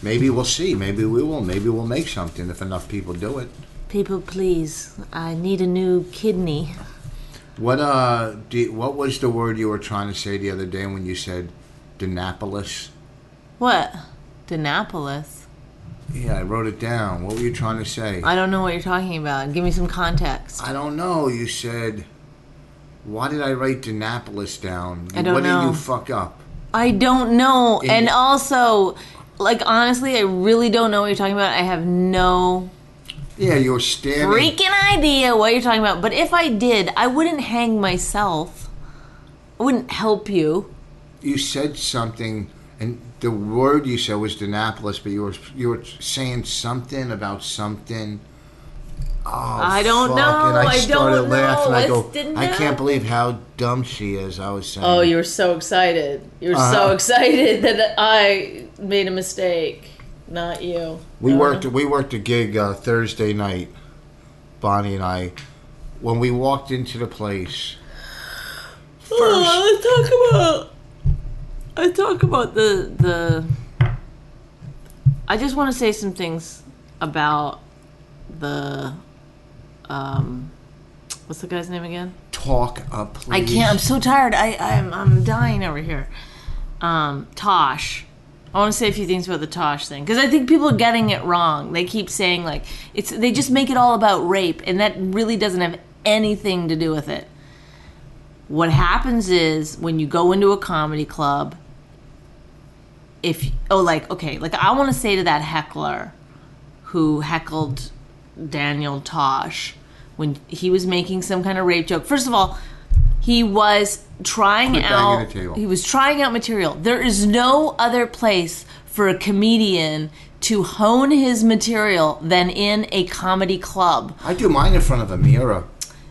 Speaker 2: maybe we'll see. Maybe we will. Maybe we'll make something if enough people do it.
Speaker 3: People, please, I need a new kidney.
Speaker 2: What uh? Do you- what was the word you were trying to say the other day when you said Denapolis?
Speaker 3: What? Danapolis?
Speaker 2: Yeah, I wrote it down. What were you trying to say?
Speaker 3: I don't know what you're talking about. Give me some context.
Speaker 2: I don't know. You said, why did I write Denapolis down?
Speaker 3: I don't
Speaker 2: what did
Speaker 3: know.
Speaker 2: you fuck up?
Speaker 3: I don't know.
Speaker 2: In-
Speaker 3: and also, like, honestly, I really don't know what you're talking about. I have no
Speaker 2: Yeah, you were standing.
Speaker 3: freaking idea what you're talking about. But if I did, I wouldn't hang myself, I wouldn't help you.
Speaker 2: You said something, and the word you said was Denapolis, but you were you were saying something about something. Oh,
Speaker 3: I don't
Speaker 2: fuck.
Speaker 3: know.
Speaker 2: And I,
Speaker 3: I
Speaker 2: started
Speaker 3: don't
Speaker 2: laughing.
Speaker 3: know.
Speaker 2: I
Speaker 3: It's
Speaker 2: go, I
Speaker 3: Denapolis.
Speaker 2: can't believe how dumb she is. I was saying.
Speaker 3: Oh, you were so excited. You were so
Speaker 2: Uh-huh.
Speaker 3: excited that I made a mistake, not you.
Speaker 2: We
Speaker 3: Uh,
Speaker 2: worked. We worked a gig uh, Thursday night. Bonnie and I, when we walked into the place, first
Speaker 3: Oh, let's talk about. I talk about the the. I just want to say some things about the. Um, what's the guy's name again?
Speaker 2: talk up, please.
Speaker 3: I can't. I'm so tired. I I'm I'm dying over here. Um, Tosh. I want to say a few things about the Tosh thing because I think people are getting it wrong. They keep saying like it's they just make it all about rape, and that really doesn't have anything to do with it. What happens is when you go into a comedy club, if oh like okay like I want to say to that heckler who heckled Daniel Tosh when he was making some kind of rape joke. First of all, he was trying
Speaker 2: Quit banging
Speaker 3: out
Speaker 2: the table.
Speaker 3: he was trying out material. There is no other place for a comedian to hone his material than in a comedy club.
Speaker 2: I do mine in front of a mirror.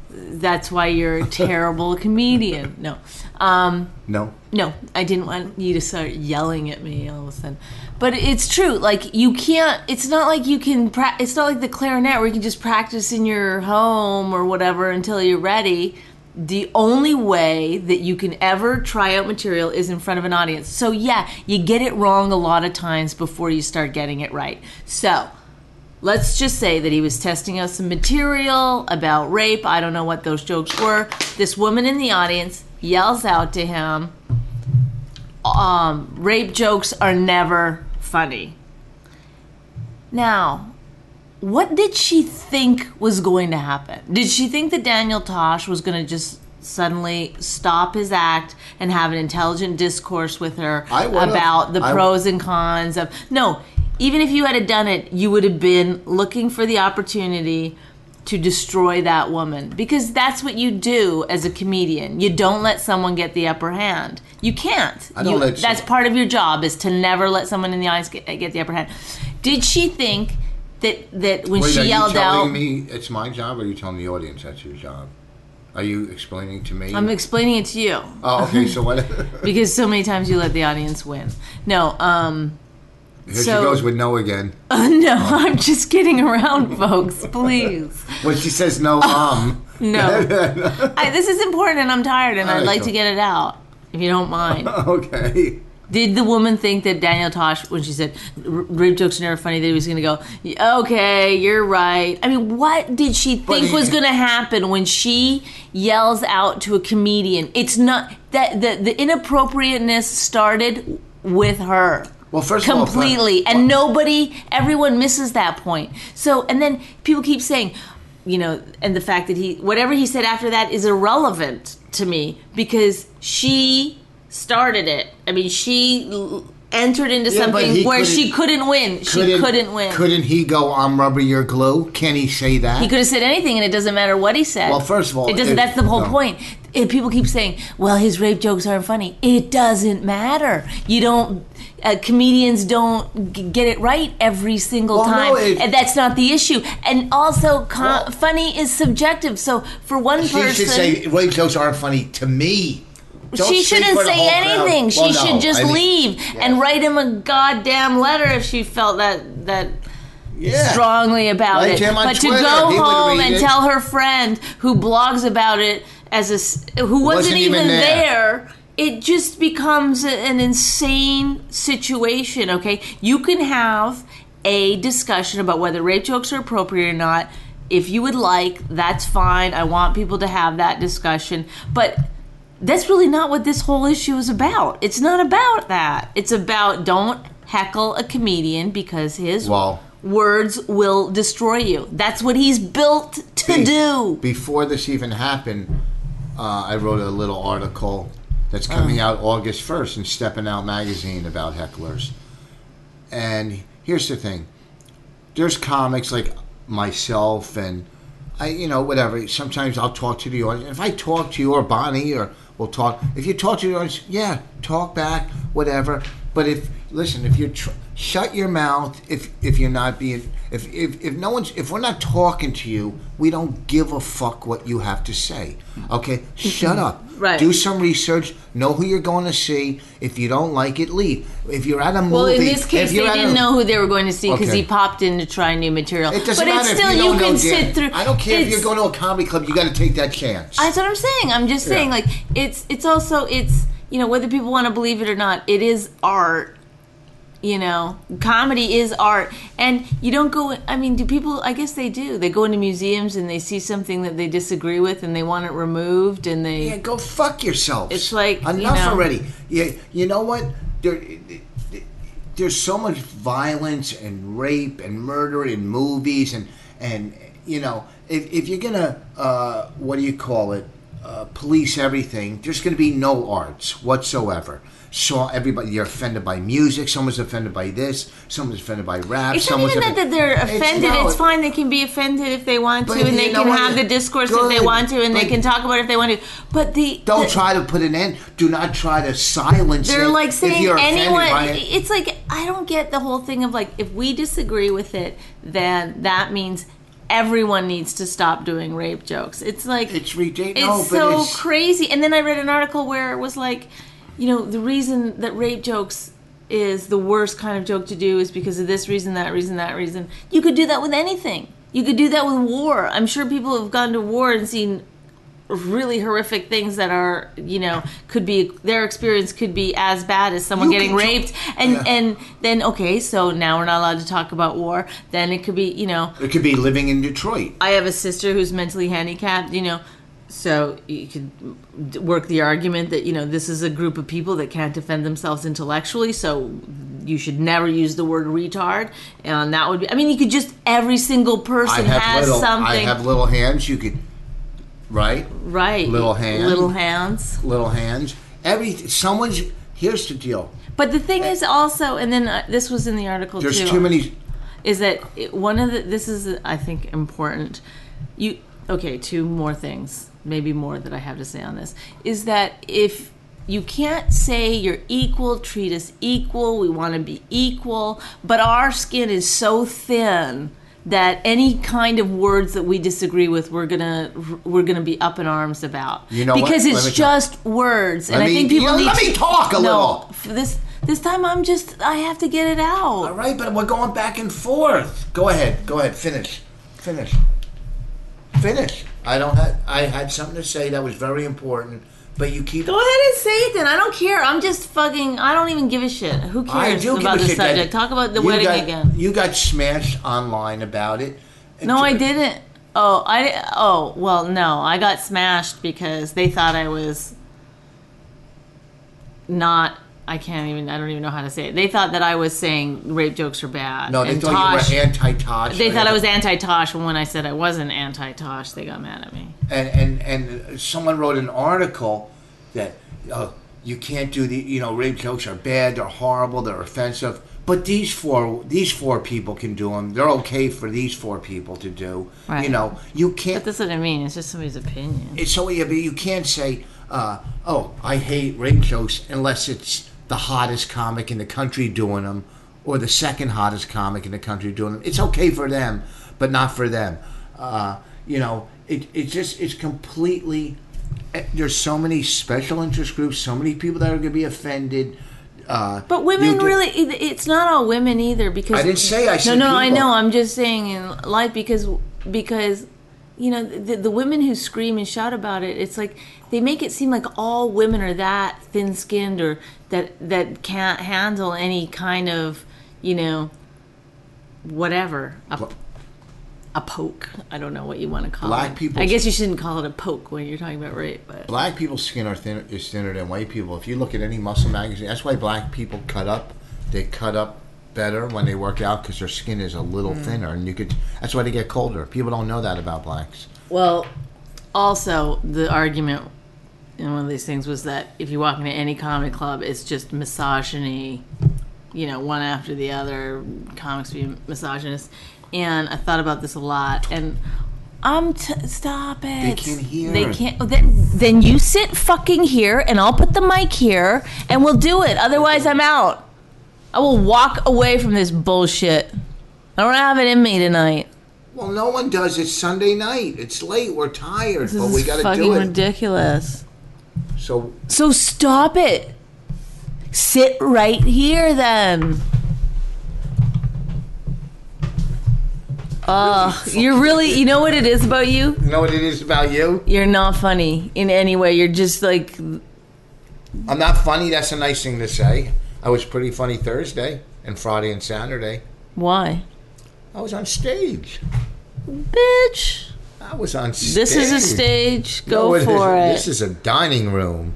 Speaker 3: That's why you're a terrible comedian. No. Um
Speaker 2: No,
Speaker 3: no, I didn't want you to start yelling at me all of a sudden. But it's true. Like you can't. It's not like you can. Pra- it's not like the clarinet where you can just practice in your home or whatever until you're ready. The only way that you can ever try out material is in front of an audience. So yeah, you get it wrong a lot of times before you start getting it right. So let's just say that he was testing out some material about rape. I don't know what those jokes were. This woman in the audience yells out to him, um, rape jokes are never funny. Now, what did she think was going to happen? Did she think that Daniel Tosh was going to just suddenly stop his act and have an intelligent discourse with her
Speaker 2: I would've.
Speaker 3: about the
Speaker 2: I-
Speaker 3: pros and cons of no even if you had done it you would have been looking for the opportunity to destroy that woman because that's what you do as a comedian you don't let someone get the upper hand you can't
Speaker 2: I don't
Speaker 3: You-
Speaker 2: let-
Speaker 3: that's part of your job is to never let someone in the eyes get, get the upper hand did she think that that when
Speaker 2: Wait,
Speaker 3: she
Speaker 2: are you
Speaker 3: yelled
Speaker 2: telling
Speaker 3: out
Speaker 2: me it's my job, or are you telling the audience that's your job? Are you explaining to me?
Speaker 3: i'm explaining it to you
Speaker 2: oh, okay. So what?
Speaker 3: because so many times you let the audience win no um
Speaker 2: Here she
Speaker 3: So-
Speaker 2: goes with no again.
Speaker 3: no i'm just kidding around folks please
Speaker 2: When she says no, um,
Speaker 3: No. I, this is important and I'm tired and
Speaker 2: All
Speaker 3: I'd
Speaker 2: right,
Speaker 3: like
Speaker 2: go.
Speaker 3: to get it out, if you don't mind.
Speaker 2: okay.
Speaker 3: Did the woman think that Daniel Tosh, when she said "R- rape jokes are never funny, that he was going to go, "Y- okay, you're right? I mean, what did she think
Speaker 2: he-
Speaker 3: was going to happen when she yells out to a comedian? It's not that the, the inappropriateness started with her
Speaker 2: Well, first of all, if I-
Speaker 3: completely and nobody everyone misses that point so and then people keep saying you know and the fact that he whatever he said after that is irrelevant to me because she started it i mean she l- entered into
Speaker 2: Yeah, but
Speaker 3: something
Speaker 2: he
Speaker 3: where she
Speaker 2: couldn't-
Speaker 3: couldn't win. she couldn't win.
Speaker 2: Couldn't he go? I'm rubber, you're glue. Can he say that?
Speaker 3: He could have said anything, and it doesn't matter what he said.
Speaker 2: Well, first of all,
Speaker 3: it doesn't.
Speaker 2: if-
Speaker 3: that's the whole
Speaker 2: no.
Speaker 3: point. If people keep saying, "Well, his rape jokes aren't funny," it doesn't matter. You don't. Uh, comedians don't g- get it right every single
Speaker 2: Well, no,
Speaker 3: time,
Speaker 2: it-
Speaker 3: and that's not the issue. And also, com-
Speaker 2: Well-
Speaker 3: funny is subjective. So for one person,
Speaker 2: She should say rape jokes aren't funny to me. Don't
Speaker 3: she
Speaker 2: speak
Speaker 3: shouldn't
Speaker 2: for the
Speaker 3: say
Speaker 2: whole crowd.
Speaker 3: anything. She
Speaker 2: Well, no,
Speaker 3: should just
Speaker 2: I mean-
Speaker 3: leave and
Speaker 2: Yeah.
Speaker 3: write him a goddamn letter if she felt that that
Speaker 2: Yeah.
Speaker 3: strongly about
Speaker 2: Like
Speaker 3: it.
Speaker 2: him on
Speaker 3: but
Speaker 2: Twitter,
Speaker 3: to
Speaker 2: he
Speaker 3: go
Speaker 2: would
Speaker 3: home
Speaker 2: read
Speaker 3: and
Speaker 2: it.
Speaker 3: tell her friend who blogs about it as a s- who wasn't, even, there. it just becomes a- an insane situation. Okay, you can have a discussion about whether rape jokes are appropriate or not. If you would like, that's fine. I want people to have that discussion, but that's really not what this whole issue is about. It's not about that. It's about don't heckle a comedian because his
Speaker 2: Well-
Speaker 3: words will destroy you. That's what he's built to do.
Speaker 2: Before this even happened, uh, I wrote a little article that's coming out August 1st in Stepping Out magazine about hecklers. And here's the thing there's comics like myself and I, you know, whatever. Sometimes I'll talk to the audience. If I talk to you or Bonnie or we'll talk, if you talk to the audience, yeah, talk back, whatever. But if listen, if you tr- shut your mouth, if if you're not being, if, if if no one's, if we're not talking to you, we don't give a fuck what you have to say. Okay, shut up.
Speaker 3: Right.
Speaker 2: Do some research. Know who you're going to see. If you don't like it, leave. If you're at a movie,
Speaker 3: Well, in this
Speaker 2: if
Speaker 3: case, they
Speaker 2: you're at
Speaker 3: didn't
Speaker 2: a-
Speaker 3: know who they were going to see because
Speaker 2: Okay.
Speaker 3: he popped in to try new material.
Speaker 2: It doesn't
Speaker 3: but
Speaker 2: matter
Speaker 3: it's still
Speaker 2: if you, don't know
Speaker 3: can
Speaker 2: Dan.
Speaker 3: sit through.
Speaker 2: I don't care if
Speaker 3: it's-
Speaker 2: you're going to a comedy club. You got to take that chance.
Speaker 3: That's what I'm saying. I'm just saying,
Speaker 2: Yeah.
Speaker 3: like it's it's also it's you know whether people want to believe it or not, it is art. You know, comedy is art, and you don't go. I mean, do people? I guess they do. They go into museums and they see something that they disagree with, and they want it removed, and they.
Speaker 2: yeah, go fuck yourselves.
Speaker 3: It's like, you
Speaker 2: enough
Speaker 3: know-
Speaker 2: already. You, you know what? There, there's so much violence and rape and murder in movies and and you know if, if you're gonna uh, what do you call it uh, police everything there's gonna be no arts whatsoever so everybody you're offended by music someone's offended by this someone's offended by rap
Speaker 3: It's not
Speaker 2: someone's
Speaker 3: even that,
Speaker 2: offended-
Speaker 3: that they're offended. It's,
Speaker 2: no,
Speaker 3: fine. They can be offended if they want to,
Speaker 2: But
Speaker 3: and
Speaker 2: you
Speaker 3: they
Speaker 2: know
Speaker 3: can
Speaker 2: what?
Speaker 3: have the discourse if
Speaker 2: Good.
Speaker 3: they want to, and they
Speaker 2: But-
Speaker 3: can talk about it if they want to. But the
Speaker 2: Don't
Speaker 3: the-
Speaker 2: try to put an end. Do not try to silence.
Speaker 3: They're
Speaker 2: it
Speaker 3: like
Speaker 2: if
Speaker 3: saying
Speaker 2: you're offended
Speaker 3: anyone.
Speaker 2: by it.
Speaker 3: It's like I don't get the whole thing of like if we disagree with it, then that means everyone needs to stop doing rape jokes. It's like
Speaker 2: It's ridiculous.
Speaker 3: It's
Speaker 2: No, but
Speaker 3: so
Speaker 2: it's-
Speaker 3: crazy. And then I read an article where it was like, you know, the reason that rape jokes is the worst kind of joke to do is because of this reason, that reason, that reason. You could do that with anything. You could do that with war. I'm sure people have gone to war and seen really horrific things that are you know could be their experience could be as bad as someone
Speaker 2: You
Speaker 3: getting
Speaker 2: can t-
Speaker 3: raped and
Speaker 2: Yeah.
Speaker 3: and then okay so now we're not allowed to talk about war then it could be you know
Speaker 2: It could be living in Detroit.
Speaker 3: I have a sister who's mentally handicapped, you know, so you could d- work the argument that, you know, this is a group of people that can't defend themselves intellectually, so you should never use the word retard. And that would be, I mean, you could just, every single
Speaker 2: I
Speaker 3: person
Speaker 2: have
Speaker 3: has
Speaker 2: little.
Speaker 3: something.
Speaker 2: I have little hands. You could, right?
Speaker 3: right.
Speaker 2: little hand.
Speaker 3: Little hands.
Speaker 2: Little hands. Every someone's. Here's the deal.
Speaker 3: But the thing is also, and then uh, this was in the article
Speaker 2: There's
Speaker 3: too.
Speaker 2: too many.
Speaker 3: is that it- one of the this is i think important you okay two more things maybe more that i have to say on this is that if you can't say you're equal treat us equal we want to be equal but our skin is so thin that any kind of words that we disagree with we're gonna we're gonna be up in arms about
Speaker 2: You know what?
Speaker 3: because
Speaker 2: Let me
Speaker 3: it's
Speaker 2: tell-
Speaker 3: just words and
Speaker 2: Let
Speaker 3: i
Speaker 2: me-
Speaker 3: think
Speaker 2: you
Speaker 3: people
Speaker 2: know,
Speaker 3: need
Speaker 2: let
Speaker 3: to-
Speaker 2: me talk a
Speaker 3: no,
Speaker 2: little.
Speaker 3: f- this this time i'm just i have to get it out
Speaker 2: All right, but we're going back and forth. Go ahead. Go ahead. Finish. Finish. Finish. I don't. Have, I had something to say that was very important, but you keep.
Speaker 3: Go ahead and say it then. I don't care. I'm just fucking. I don't even give a shit. Who
Speaker 2: I
Speaker 3: cares
Speaker 2: do
Speaker 3: about
Speaker 2: give a
Speaker 3: this
Speaker 2: shit that-
Speaker 3: subject? Talk about the
Speaker 2: you
Speaker 3: wedding
Speaker 2: got-
Speaker 3: again.
Speaker 2: You got smashed online about it.
Speaker 3: No, I didn't. Oh, I. Oh, well, no. I got smashed because they thought I was not. I can't even. I don't even know how to say it. They thought that I was saying rape jokes are bad.
Speaker 2: No, they
Speaker 3: and
Speaker 2: thought
Speaker 3: Tosh-
Speaker 2: you were anti-Tosh.
Speaker 3: They thought I was anti-Tosh, and when I said I wasn't anti-Tosh, they got mad at me.
Speaker 2: and and and someone wrote an article that uh, you can't do the you know rape jokes are bad they're horrible they're offensive but these four these four people can do them they're okay for these four people to do you
Speaker 3: Right.
Speaker 2: know you can't
Speaker 3: But that's what I mean. It's just somebody's opinion.
Speaker 2: it's so yeah, but you can't say uh, oh i hate rape jokes unless it's the hottest comic in the country doing them or the second hottest comic in the country doing them it's okay for them but not for them uh, you know it, it's just it's completely eh, there's so many special interest groups so many people that are going to be offended uh,
Speaker 3: But
Speaker 2: you
Speaker 3: women
Speaker 2: do-
Speaker 3: really, it- it's not all women either because
Speaker 2: I didn't say I
Speaker 3: No,
Speaker 2: said
Speaker 3: no, I
Speaker 2: people.
Speaker 3: know. I'm just saying in life because because you know the, the women who scream and shout about it, it's like they make it seem like all women are that thin-skinned or that that can't handle any kind of you know whatever a, a poke. I don't know what you want to call
Speaker 2: Black
Speaker 3: it.
Speaker 2: people-
Speaker 3: I guess you shouldn't call it a poke when you're talking about rape, but
Speaker 2: black people's skin are thinner, is thinner than white people. If you look at any muscle magazine, that's why black people cut up. They cut up better when they work out because their skin is a little thinner, and you could. That's why they get colder. People don't know that about blacks.
Speaker 3: Well, also the argument in one of these things was that if you walk into any comedy club, it's just misogyny, you know, one after the other, comics being misogynist. And I thought about this a lot, and I'm t- stop it. They
Speaker 2: can't hear.
Speaker 3: They can't. oh, Then, then you sit fucking here, and I'll put the mic here, and we'll do it. Otherwise, I'm out. I will walk away from this bullshit. I don't have it in me tonight.
Speaker 2: Well, no one does. It's Sunday night. It's late. We're tired,
Speaker 3: This
Speaker 2: but
Speaker 3: is
Speaker 2: we got to
Speaker 3: fucking
Speaker 2: do it.
Speaker 3: ridiculous.
Speaker 2: so
Speaker 3: So stop it. Sit right here then. Ugh, you're really, you know what it is about you?
Speaker 2: you know what it is about you.
Speaker 3: You're not funny in any way. You're just like,
Speaker 2: I'm not funny. That's a nice thing to say. I was pretty funny Thursday and Friday and Saturday.
Speaker 3: why?
Speaker 2: I was on stage.
Speaker 3: Bitch,
Speaker 2: I was on stage.
Speaker 3: this is a stage. Go
Speaker 2: No, it
Speaker 3: for
Speaker 2: isn't.
Speaker 3: it. Uh-huh.
Speaker 2: This is a dining room.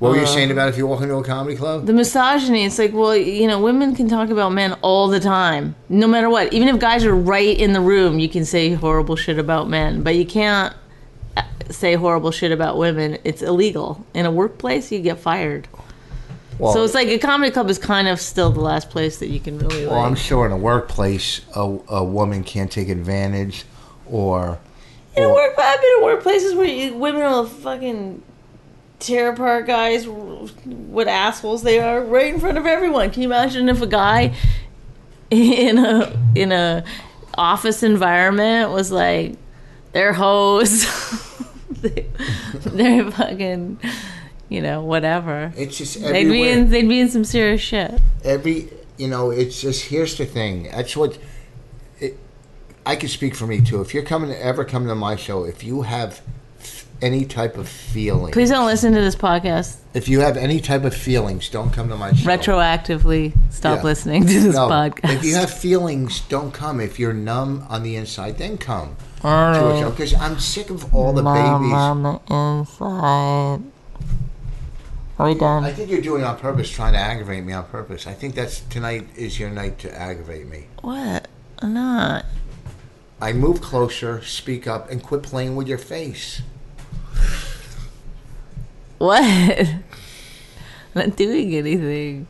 Speaker 2: What were you saying about if you walk into a comedy club?
Speaker 3: the misogyny it's like well you know women can talk about men all the time no matter what even if guys are right in the room you can say horrible shit about men but you can't uh, say horrible shit about women it's illegal in a workplace you get fired
Speaker 2: well,
Speaker 3: so it's like a comedy club is kind of still the last place that you can really
Speaker 2: well, I'm
Speaker 3: like,
Speaker 2: sure in a workplace, a, a woman can't take advantage, or
Speaker 3: in a work, I've been in workplaces where you, women will fucking tear apart guys what assholes they are right in front of everyone can you imagine if a guy in a in a office environment was like they're hoes they, they're fucking you know whatever
Speaker 2: it's just
Speaker 3: they'd be
Speaker 2: everywhere.
Speaker 3: in they'd be in some serious shit
Speaker 2: every you know, it's just here's the thing. That's what it, I can speak for me too. If you're coming to ever come to my show, if you have f- any type of feeling,
Speaker 3: please don't listen to this podcast
Speaker 2: if you have any type of feelings, don't come to my show.
Speaker 3: retroactively stop
Speaker 2: Yeah.
Speaker 3: listening to this
Speaker 2: No,
Speaker 3: podcast
Speaker 2: If you have feelings, don't come. If you're numb on the inside, then come. Because I'm sick of all the babies.
Speaker 3: inside. Are we
Speaker 2: I think you're doing it on purpose, trying to aggravate me on purpose. I think that's tonight is your night to aggravate me.
Speaker 3: What? I'm not.
Speaker 2: I move closer, speak up, and quit playing with your face.
Speaker 3: What? I'm not doing anything.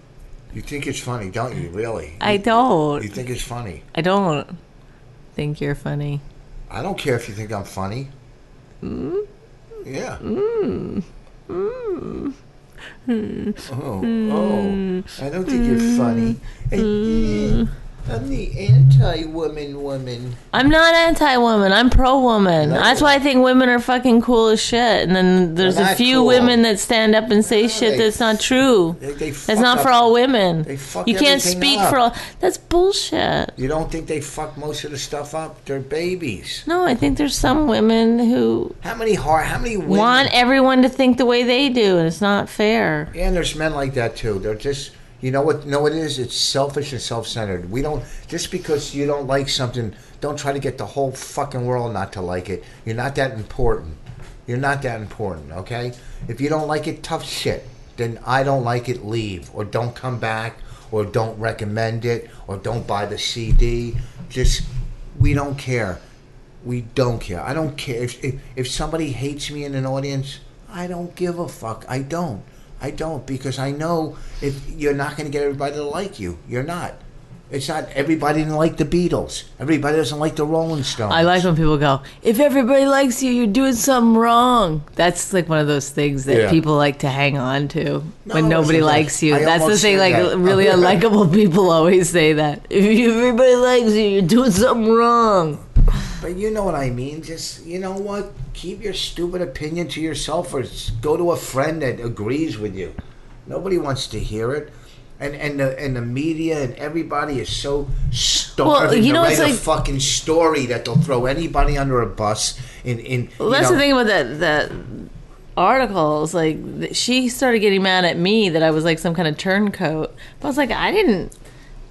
Speaker 2: You think it's funny, don't you? Really?
Speaker 3: I
Speaker 2: You
Speaker 3: don't.
Speaker 2: think it's funny?
Speaker 3: I don't think you're funny.
Speaker 2: I don't care if you think I'm funny.
Speaker 3: Hmm?
Speaker 2: Mm. Yeah.
Speaker 3: Hmm.
Speaker 2: Oh, oh. I don't think you're funny.
Speaker 3: Hmm.
Speaker 2: eh, I'm the anti woman woman.
Speaker 3: I'm not anti woman. I'm pro woman.
Speaker 2: No.
Speaker 3: That's why I think women are fucking cool as shit. And then there's
Speaker 2: They're
Speaker 3: a
Speaker 2: not
Speaker 3: few
Speaker 2: cool.
Speaker 3: women that stand up and say shit
Speaker 2: they-
Speaker 3: that's not true.
Speaker 2: They, they
Speaker 3: That's not for all women.
Speaker 2: They fuck
Speaker 3: You can't
Speaker 2: everything
Speaker 3: speak
Speaker 2: up.
Speaker 3: for all. That's bullshit.
Speaker 2: You don't think they fuck most of the stuff up? They're babies.
Speaker 3: No, I think there's some women who
Speaker 2: How many hard? How many women?
Speaker 3: want everyone to think the way they do, and it's not fair.
Speaker 2: And there's men like that too. They're just, you know what? No, it is. It's selfish and self-centered. We don't just because you don't like something, don't try to get the whole fucking world not to like it. You're not that important. You're not that important. Okay? If you don't like it, tough shit. Then I don't like it. Leave or don't come back or don't recommend it or don't buy the CD. Just we don't care. We don't care. I don't care if, if if somebody hates me in an audience. I don't give a fuck. I don't. I don't because I know if you're not going to get everybody to like you. You're not. It's not everybody didn't like the Beatles. Everybody doesn't like the Rolling Stones.
Speaker 3: I like when people go, if everybody likes you, you're doing something wrong. That's like one of those things that
Speaker 2: Yeah.
Speaker 3: people like to hang on to when
Speaker 2: No,
Speaker 3: nobody
Speaker 2: it's-
Speaker 3: likes you.
Speaker 2: I
Speaker 3: That's the
Speaker 2: almost
Speaker 3: thing, like
Speaker 2: said that.
Speaker 3: really unlikable people always say that. If you, everybody likes you, you're doing something wrong.
Speaker 2: But you know what I mean. Just you know what? Keep your stupid opinion to yourself, or s- go to a friend that agrees with you. Nobody wants to hear it, and and the and the media and everybody is so starving
Speaker 3: you know,
Speaker 2: to
Speaker 3: it's
Speaker 2: write a
Speaker 3: like-
Speaker 2: fucking story that they'll throw anybody under a bus. In in
Speaker 3: Well, that's the thing about that that article is like th- she started getting mad at me that I was like some kind of turncoat. But I was like, I didn't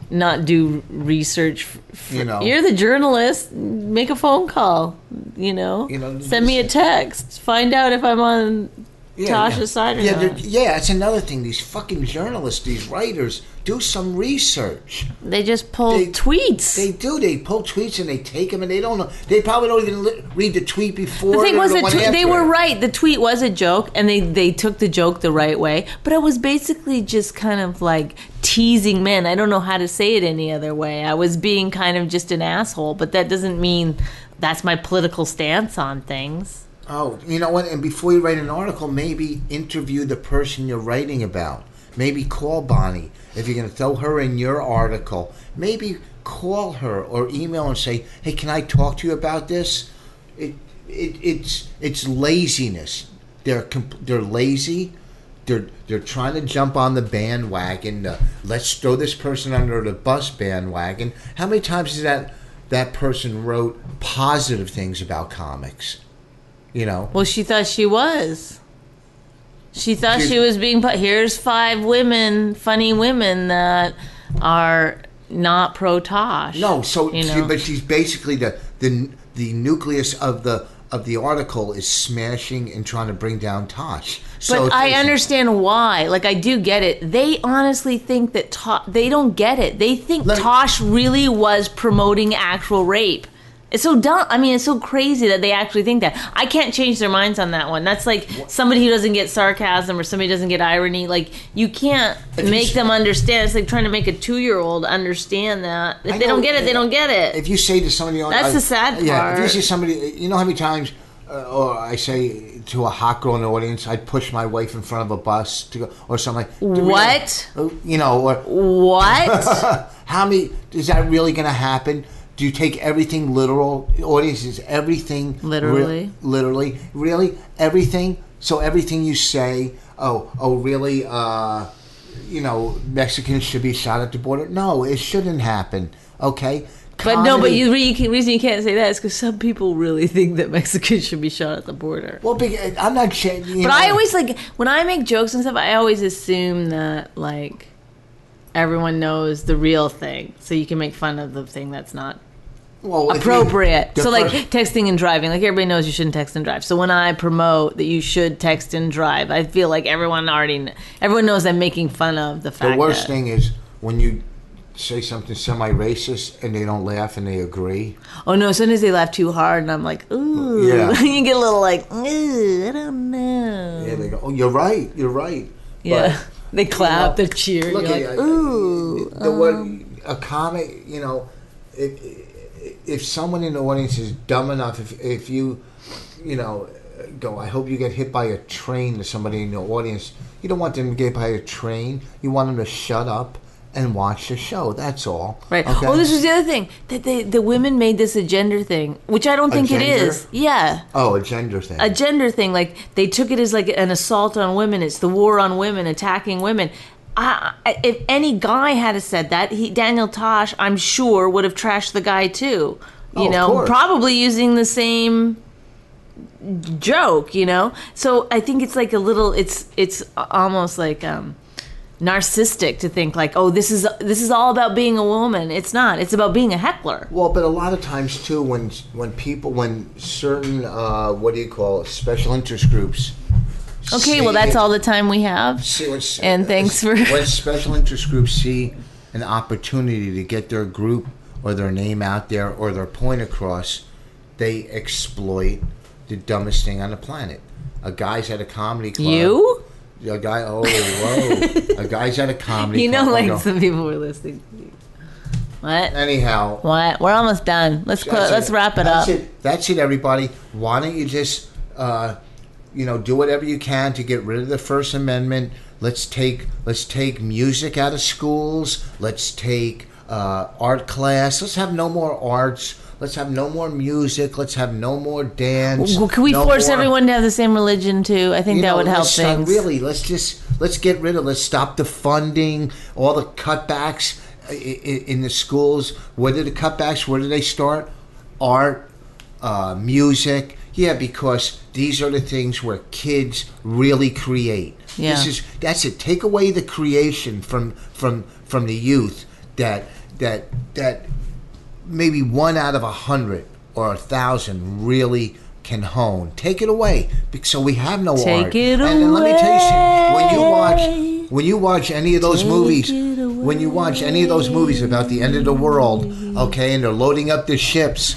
Speaker 3: not do research. f- f-
Speaker 2: You know.
Speaker 3: you're the journalist. Make a phone call. You know,
Speaker 2: You know,
Speaker 3: send me a text. Find out if I'm on Tasha's side or
Speaker 2: yeah,
Speaker 3: not.
Speaker 2: they're- yeah. That's another thing. These fucking journalists, these writers, do some research.
Speaker 3: They just pulled
Speaker 2: They-
Speaker 3: tweets.
Speaker 2: They do. They pull tweets and they take them, and they don't know. They probably don't even li- read the tweet before.
Speaker 3: the thing
Speaker 2: or
Speaker 3: was
Speaker 2: the
Speaker 3: that
Speaker 2: one
Speaker 3: tw- they
Speaker 2: after
Speaker 3: were
Speaker 2: it.
Speaker 3: right. The tweet was a joke, and they they took the joke the right way. But it was basically just kind of like teasing men. I don't know how to say it any other way. I was being kind of just an asshole, but that doesn't mean that's my political stance on things.
Speaker 2: Oh, you know what? And before you write an article, maybe interview the person you're writing about. Maybe call Bonnie if you're going to throw her in your article. Maybe call her or email and say, "Hey, can I talk to you about this?" It, it it's it's laziness. They're comp- they're lazy. They're they're trying to jump on the bandwagon. The, let's throw this person under the bus bandwagon. How many times is that that person wrote positive things about comics? You know.
Speaker 3: Well, she thought she was. She thought
Speaker 2: She's-
Speaker 3: she was being put. Here's five women, funny women that are not pro Tosh.
Speaker 2: No, so
Speaker 3: you
Speaker 2: she-
Speaker 3: know.
Speaker 2: but she's basically the the the nucleus of the of the article is smashing and trying to bring down Tosh. So
Speaker 3: But
Speaker 2: it's-
Speaker 3: I
Speaker 2: it's-
Speaker 3: understand why. Like I do get it. They honestly think that Tosh. They don't get it. They think
Speaker 2: Let me-
Speaker 3: Tosh really was promoting actual rape. It's so dumb. I mean, it's so crazy that they actually think that. I can't change their minds on that one. That's like somebody who doesn't get sarcasm or somebody who doesn't get irony. Like you can't
Speaker 2: you
Speaker 3: make
Speaker 2: s-
Speaker 3: them understand. It's like trying to make a two-year-old understand that. If
Speaker 2: I
Speaker 3: they don't
Speaker 2: know-
Speaker 3: get it, they don't get it.
Speaker 2: If you say to somebody, on-
Speaker 3: That's
Speaker 2: I-
Speaker 3: the sad
Speaker 2: Yeah, if you
Speaker 3: part.
Speaker 2: see somebody, you know how many times, uh, or I say to a hot girl in the audience, I'd push my wife in front of a bus to go, or something. like do we-
Speaker 3: What?
Speaker 2: uh, You know, or
Speaker 3: what?
Speaker 2: How many is that really going to happen? Do you take everything literal? Audience is everything re-
Speaker 3: Literally.
Speaker 2: literally, really everything. So everything you say, oh, oh, really? Uh, you know, Mexicans should be shot at the border. No, it shouldn't happen. Okay,
Speaker 3: But no, but
Speaker 2: Comedy-
Speaker 3: you, you can, reason you can't say that is because some people really think that Mexicans should be shot at the border.
Speaker 2: Well, because I'm not. cha- You
Speaker 3: But I always like when I make jokes and stuff. I always assume that like everyone knows the real thing, so you can make fun of the thing that's not
Speaker 2: well, if you-
Speaker 3: appropriate.
Speaker 2: the
Speaker 3: So like
Speaker 2: first-
Speaker 3: texting and driving, like everybody knows you shouldn't text and drive. So when I promote that you should text and drive, I feel like everyone already kn- everyone knows I'm making fun of the fact.
Speaker 2: the worst
Speaker 3: that-
Speaker 2: thing is when you say something semi-racist and they don't laugh and they agree.
Speaker 3: Oh no! As soon as they laugh too hard, and I'm like, ooh,
Speaker 2: Yeah.
Speaker 3: you get a little like, ooh, I don't know.
Speaker 2: Yeah, they go. Oh, you're right. You're right.
Speaker 3: Yeah.
Speaker 2: But-
Speaker 3: they clap,
Speaker 2: know,
Speaker 3: they cheer.
Speaker 2: Look
Speaker 3: you're
Speaker 2: at
Speaker 3: like,
Speaker 2: it,
Speaker 3: ooh. um."
Speaker 2: The word a comic, you know, if, if someone in the audience is dumb enough, if if you, you know, go, I hope you get hit by a train to somebody in the audience. You don't want them to get hit by a train. You want them to shut up and watch the show. That's all.
Speaker 3: Right.
Speaker 2: Okay?
Speaker 3: Oh, this was the other thing that they, the women made this a gender thing, which I don't think it
Speaker 2: gender?
Speaker 3: is. Yeah,
Speaker 2: oh a gender thing.
Speaker 3: a gender thing. Like they took it as like an assault on women. It's the war on women, attacking women. I, I- if any guy had have said that, he, Daniel Tosh, I'm sure would have trashed the guy too.
Speaker 2: Oh,
Speaker 3: You
Speaker 2: of
Speaker 3: know,
Speaker 2: course.
Speaker 3: probably using the same joke. You know, so I think it's like a little. It's it's almost like um, narcissistic to think like, oh, this is this is all about being a woman. It's not. It's about being a heckler.
Speaker 2: Well, but a lot of times too, when when people, when certain uh, what do you call it, special interest groups.
Speaker 3: Okay, well, that's
Speaker 2: all.
Speaker 3: all the time we have.
Speaker 2: See, when s-
Speaker 3: And thanks for-
Speaker 2: when special interest groups see an opportunity to get their group or their name out there or their point across, they exploit the dumbest thing on the planet. A guy's at a comedy club.
Speaker 3: You?
Speaker 2: A guy, oh, whoa. a guy's at a comedy.
Speaker 3: You know,
Speaker 2: club. Oh, I
Speaker 3: like
Speaker 2: go,
Speaker 3: some people were listening. What?
Speaker 2: Anyhow,
Speaker 3: What? We're almost done. Let's close.
Speaker 2: That's
Speaker 3: Let's wrap it
Speaker 2: That's
Speaker 3: up.
Speaker 2: it. That's it, everybody. Why don't you just, uh, you know, do whatever you can to get rid of the First Amendment? Let's take let's take music out of schools. Let's take uh, art class. Let's have no more arts. Let's have no more music. Let's have no more dance.
Speaker 3: Well, Can we
Speaker 2: no
Speaker 3: force
Speaker 2: more-
Speaker 3: everyone to have the same religion too? I think
Speaker 2: you
Speaker 3: that
Speaker 2: know,
Speaker 3: would help
Speaker 2: let's stop-
Speaker 3: things.
Speaker 2: really, let's just let's get rid of. Let's stop the funding, all the cutbacks i- i- in the schools. Where did the cutbacks? Where do they start? Art, uh, music. Yeah, because these are the things where kids really create. This
Speaker 3: Yeah.
Speaker 2: is that's it. Take away the creation from from from the youth that that that maybe one out of a hundred or a thousand really can hone. Take it away, bec- so we have no
Speaker 3: Take
Speaker 2: art.
Speaker 3: it
Speaker 2: and, and let me tell you something: when you
Speaker 3: away.
Speaker 2: watch when you watch any of those movies, when you watch any of those movies about the end of the world, okay, and they're loading up the ships,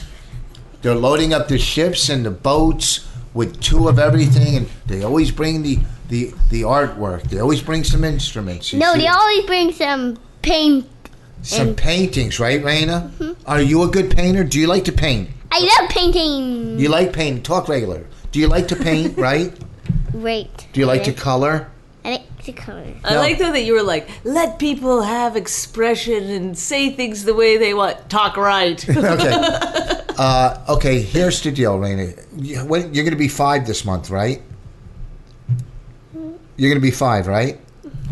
Speaker 2: they're loading up the ships and the boats with two of everything, and they always bring the the, the artwork. They always bring some instruments. you
Speaker 4: No,
Speaker 2: see.
Speaker 4: they always bring some paint.
Speaker 2: some paintings, right, Raina?
Speaker 4: Mm-hmm.
Speaker 2: Are you a good painter? Do you like to paint?
Speaker 4: I love painting.
Speaker 2: You like painting. Talk regular. Do you like to paint, right?
Speaker 4: Great.
Speaker 2: Do you like to color?
Speaker 4: I like the color.
Speaker 3: I like though that you were like, let people have expression and say things the way they want. Talk right.
Speaker 2: Okay. uh, okay, here's the deal, Raina. You- when- You're going to be five this month, right? You're going to be five, right?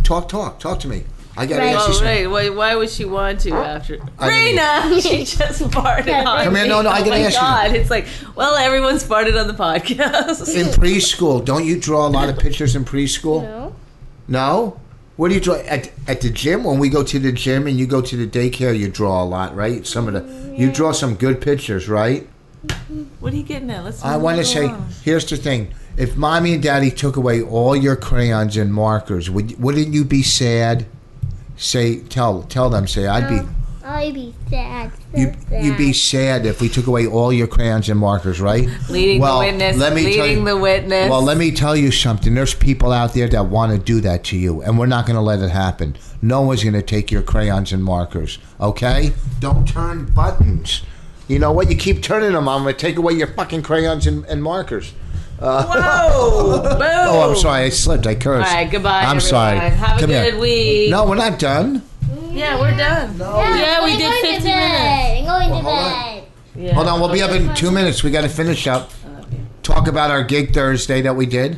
Speaker 2: Talk, talk, talk to me. I got to
Speaker 4: Right.
Speaker 2: ask you
Speaker 3: oh,
Speaker 2: something.
Speaker 3: right. Why, why would she want to after
Speaker 2: I
Speaker 3: Raina? She just farted on
Speaker 4: Come
Speaker 2: here,
Speaker 3: me.
Speaker 2: no, no, I
Speaker 3: oh
Speaker 2: gotta
Speaker 3: my
Speaker 2: ask you.
Speaker 3: God. It's like, well, everyone's farted on the podcast.
Speaker 2: In preschool, don't you draw a lot of pictures in preschool?
Speaker 4: No.
Speaker 2: No? What do you draw at at the gym? When we go to the gym and you go to the daycare, you draw a lot, right? Some of the you draw some good pictures, right?
Speaker 3: What are you getting at? Let's.
Speaker 2: I want to say, here's the thing: if mommy and daddy took away all your crayons and markers, would wouldn't you be sad? Say, tell tell them, say, I'd
Speaker 3: Oh,
Speaker 2: be.
Speaker 4: I'd Oh, be sad. So
Speaker 2: You,
Speaker 4: sad.
Speaker 2: you'd be sad if we took away all your crayons and markers, right?
Speaker 3: Leading the witness. leading the witness.
Speaker 2: Well, let me tell you something. There's people out there that want to do that to you, and we're not going to let it happen. No one's going to take your crayons and markers, okay? Don't turn buttons. You know what? You keep turning them, I'm going to take away your fucking crayons and, and markers.
Speaker 3: Whoa! Boom!
Speaker 2: Oh, I'm sorry. I slipped. I cursed.
Speaker 3: All right, goodbye.
Speaker 2: I'm
Speaker 3: everyone.
Speaker 2: sorry.
Speaker 3: Have
Speaker 2: Come
Speaker 3: a
Speaker 2: here.
Speaker 3: good week.
Speaker 2: No, we're not done.
Speaker 3: Yeah, we're done. Yeah, we
Speaker 4: I'm
Speaker 3: did
Speaker 4: going to
Speaker 3: 50
Speaker 4: bed.
Speaker 3: minutes.
Speaker 4: I'm going to
Speaker 2: hold on.
Speaker 4: bed.
Speaker 3: Yeah.
Speaker 2: Hold on. We'll be up in two minutes. We got to finish up. Talk about our gig Thursday that we did.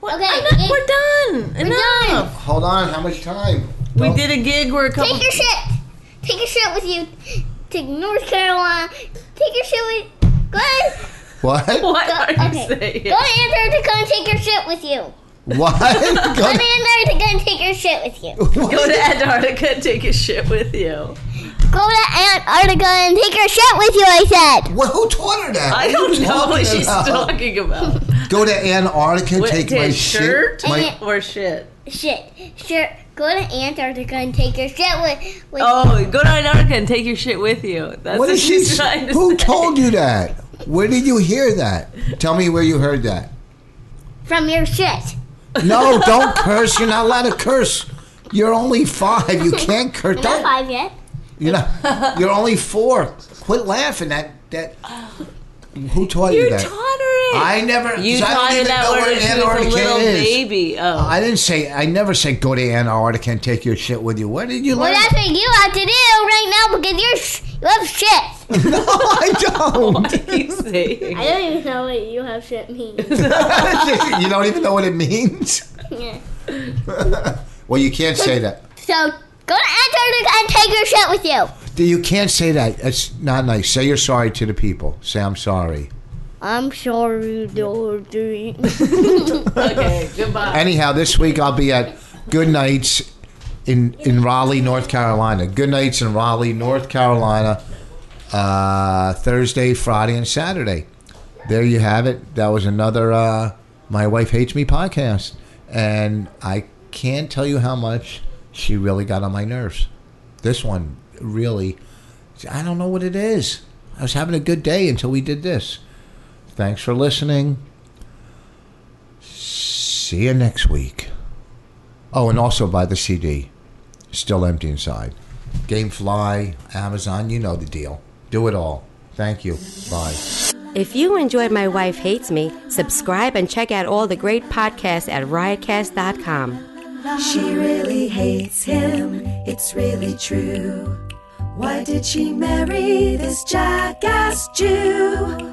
Speaker 3: What?
Speaker 4: Okay,
Speaker 3: I'm not-
Speaker 4: gig.
Speaker 3: we're done. Enough.
Speaker 2: Hold on. How much time?
Speaker 3: We did a gig where a couple.
Speaker 4: Take your shit. Take your shit with you to North Carolina. Take your shit with. Go ahead.
Speaker 2: What?
Speaker 3: what are you
Speaker 4: okay.
Speaker 3: saying?
Speaker 4: Go to Antarctica and take your shit with you.
Speaker 2: What?
Speaker 4: Go to Antarctica and take your shit with you.
Speaker 3: Go to Antarctica and take a shit with you.
Speaker 4: Go to Antarctica and take your shit with you, I said.
Speaker 2: Well, who taught her that?
Speaker 3: I
Speaker 2: What are
Speaker 3: don't
Speaker 2: you
Speaker 3: know what
Speaker 2: talking
Speaker 3: she's
Speaker 2: about?
Speaker 3: talking about.
Speaker 2: Go to Antarctica,
Speaker 3: What,
Speaker 2: take
Speaker 3: did
Speaker 2: my
Speaker 3: shirt
Speaker 2: shit. My,
Speaker 3: or shit?
Speaker 4: Shit. Sure. Go to Antarctica and take your shit with. with
Speaker 3: Oh, go to Antarctica and take your shit with you. That's
Speaker 2: what
Speaker 3: what,
Speaker 2: is she?
Speaker 3: she's trying to
Speaker 2: Who
Speaker 3: say.
Speaker 2: told you that? Where did you hear that? Tell me where you heard that.
Speaker 4: From your shit.
Speaker 2: No, don't curse. You're not allowed to curse. You're only five. You can't curse.
Speaker 4: I'm not
Speaker 2: Don't,
Speaker 4: five yet.
Speaker 2: you're not. You're only four. Quit laughing. That that. Who taught you,
Speaker 3: You
Speaker 2: that?
Speaker 3: taught her it.
Speaker 2: I never.
Speaker 3: you
Speaker 2: 'cause I don't
Speaker 3: taught her
Speaker 2: even
Speaker 3: that
Speaker 2: know
Speaker 3: word
Speaker 2: where
Speaker 3: when she was a
Speaker 2: Antarctica
Speaker 3: little
Speaker 2: is.
Speaker 3: baby. Oh,
Speaker 2: I didn't say. I never said go to Antarctica and take your shit with you. Where did you
Speaker 4: Well,
Speaker 2: learn?
Speaker 4: that's what you have to do right now because you're sh- you have shit.
Speaker 2: no, I don't.
Speaker 3: what are you saying?
Speaker 4: I don't even know what you have shit means.
Speaker 2: you don't even know what it means?
Speaker 4: Yeah.
Speaker 2: Well, you can't say that.
Speaker 4: So go to Antarctica and take your shit with you.
Speaker 2: You can't say that. It's not nice. Say you're sorry to the people. Say I'm sorry.
Speaker 4: I'm sorry, Dorothy.
Speaker 3: okay, goodbye.
Speaker 2: Anyhow, this week I'll be at Good Nights in in Raleigh, North Carolina. Good Nights in Raleigh, North Carolina. Uh, Thursday, Friday, and Saturday. There you have it. That was another uh, My Wife Hates Me podcast. And I can't tell you how much she really got on my nerves. This one really, I don't know what it is. I was having a good day until we did this. Thanks for listening. See you next week. Oh, and also buy the CD. Still empty inside. Gamefly, Amazon, you know the deal. Do it all. Thank you. Bye.
Speaker 5: If you enjoyed My Wife Hates Me, subscribe and check out all the great podcasts at riotcast.com.
Speaker 1: She really hates him, it's really true. Why did she marry this jackass Jew?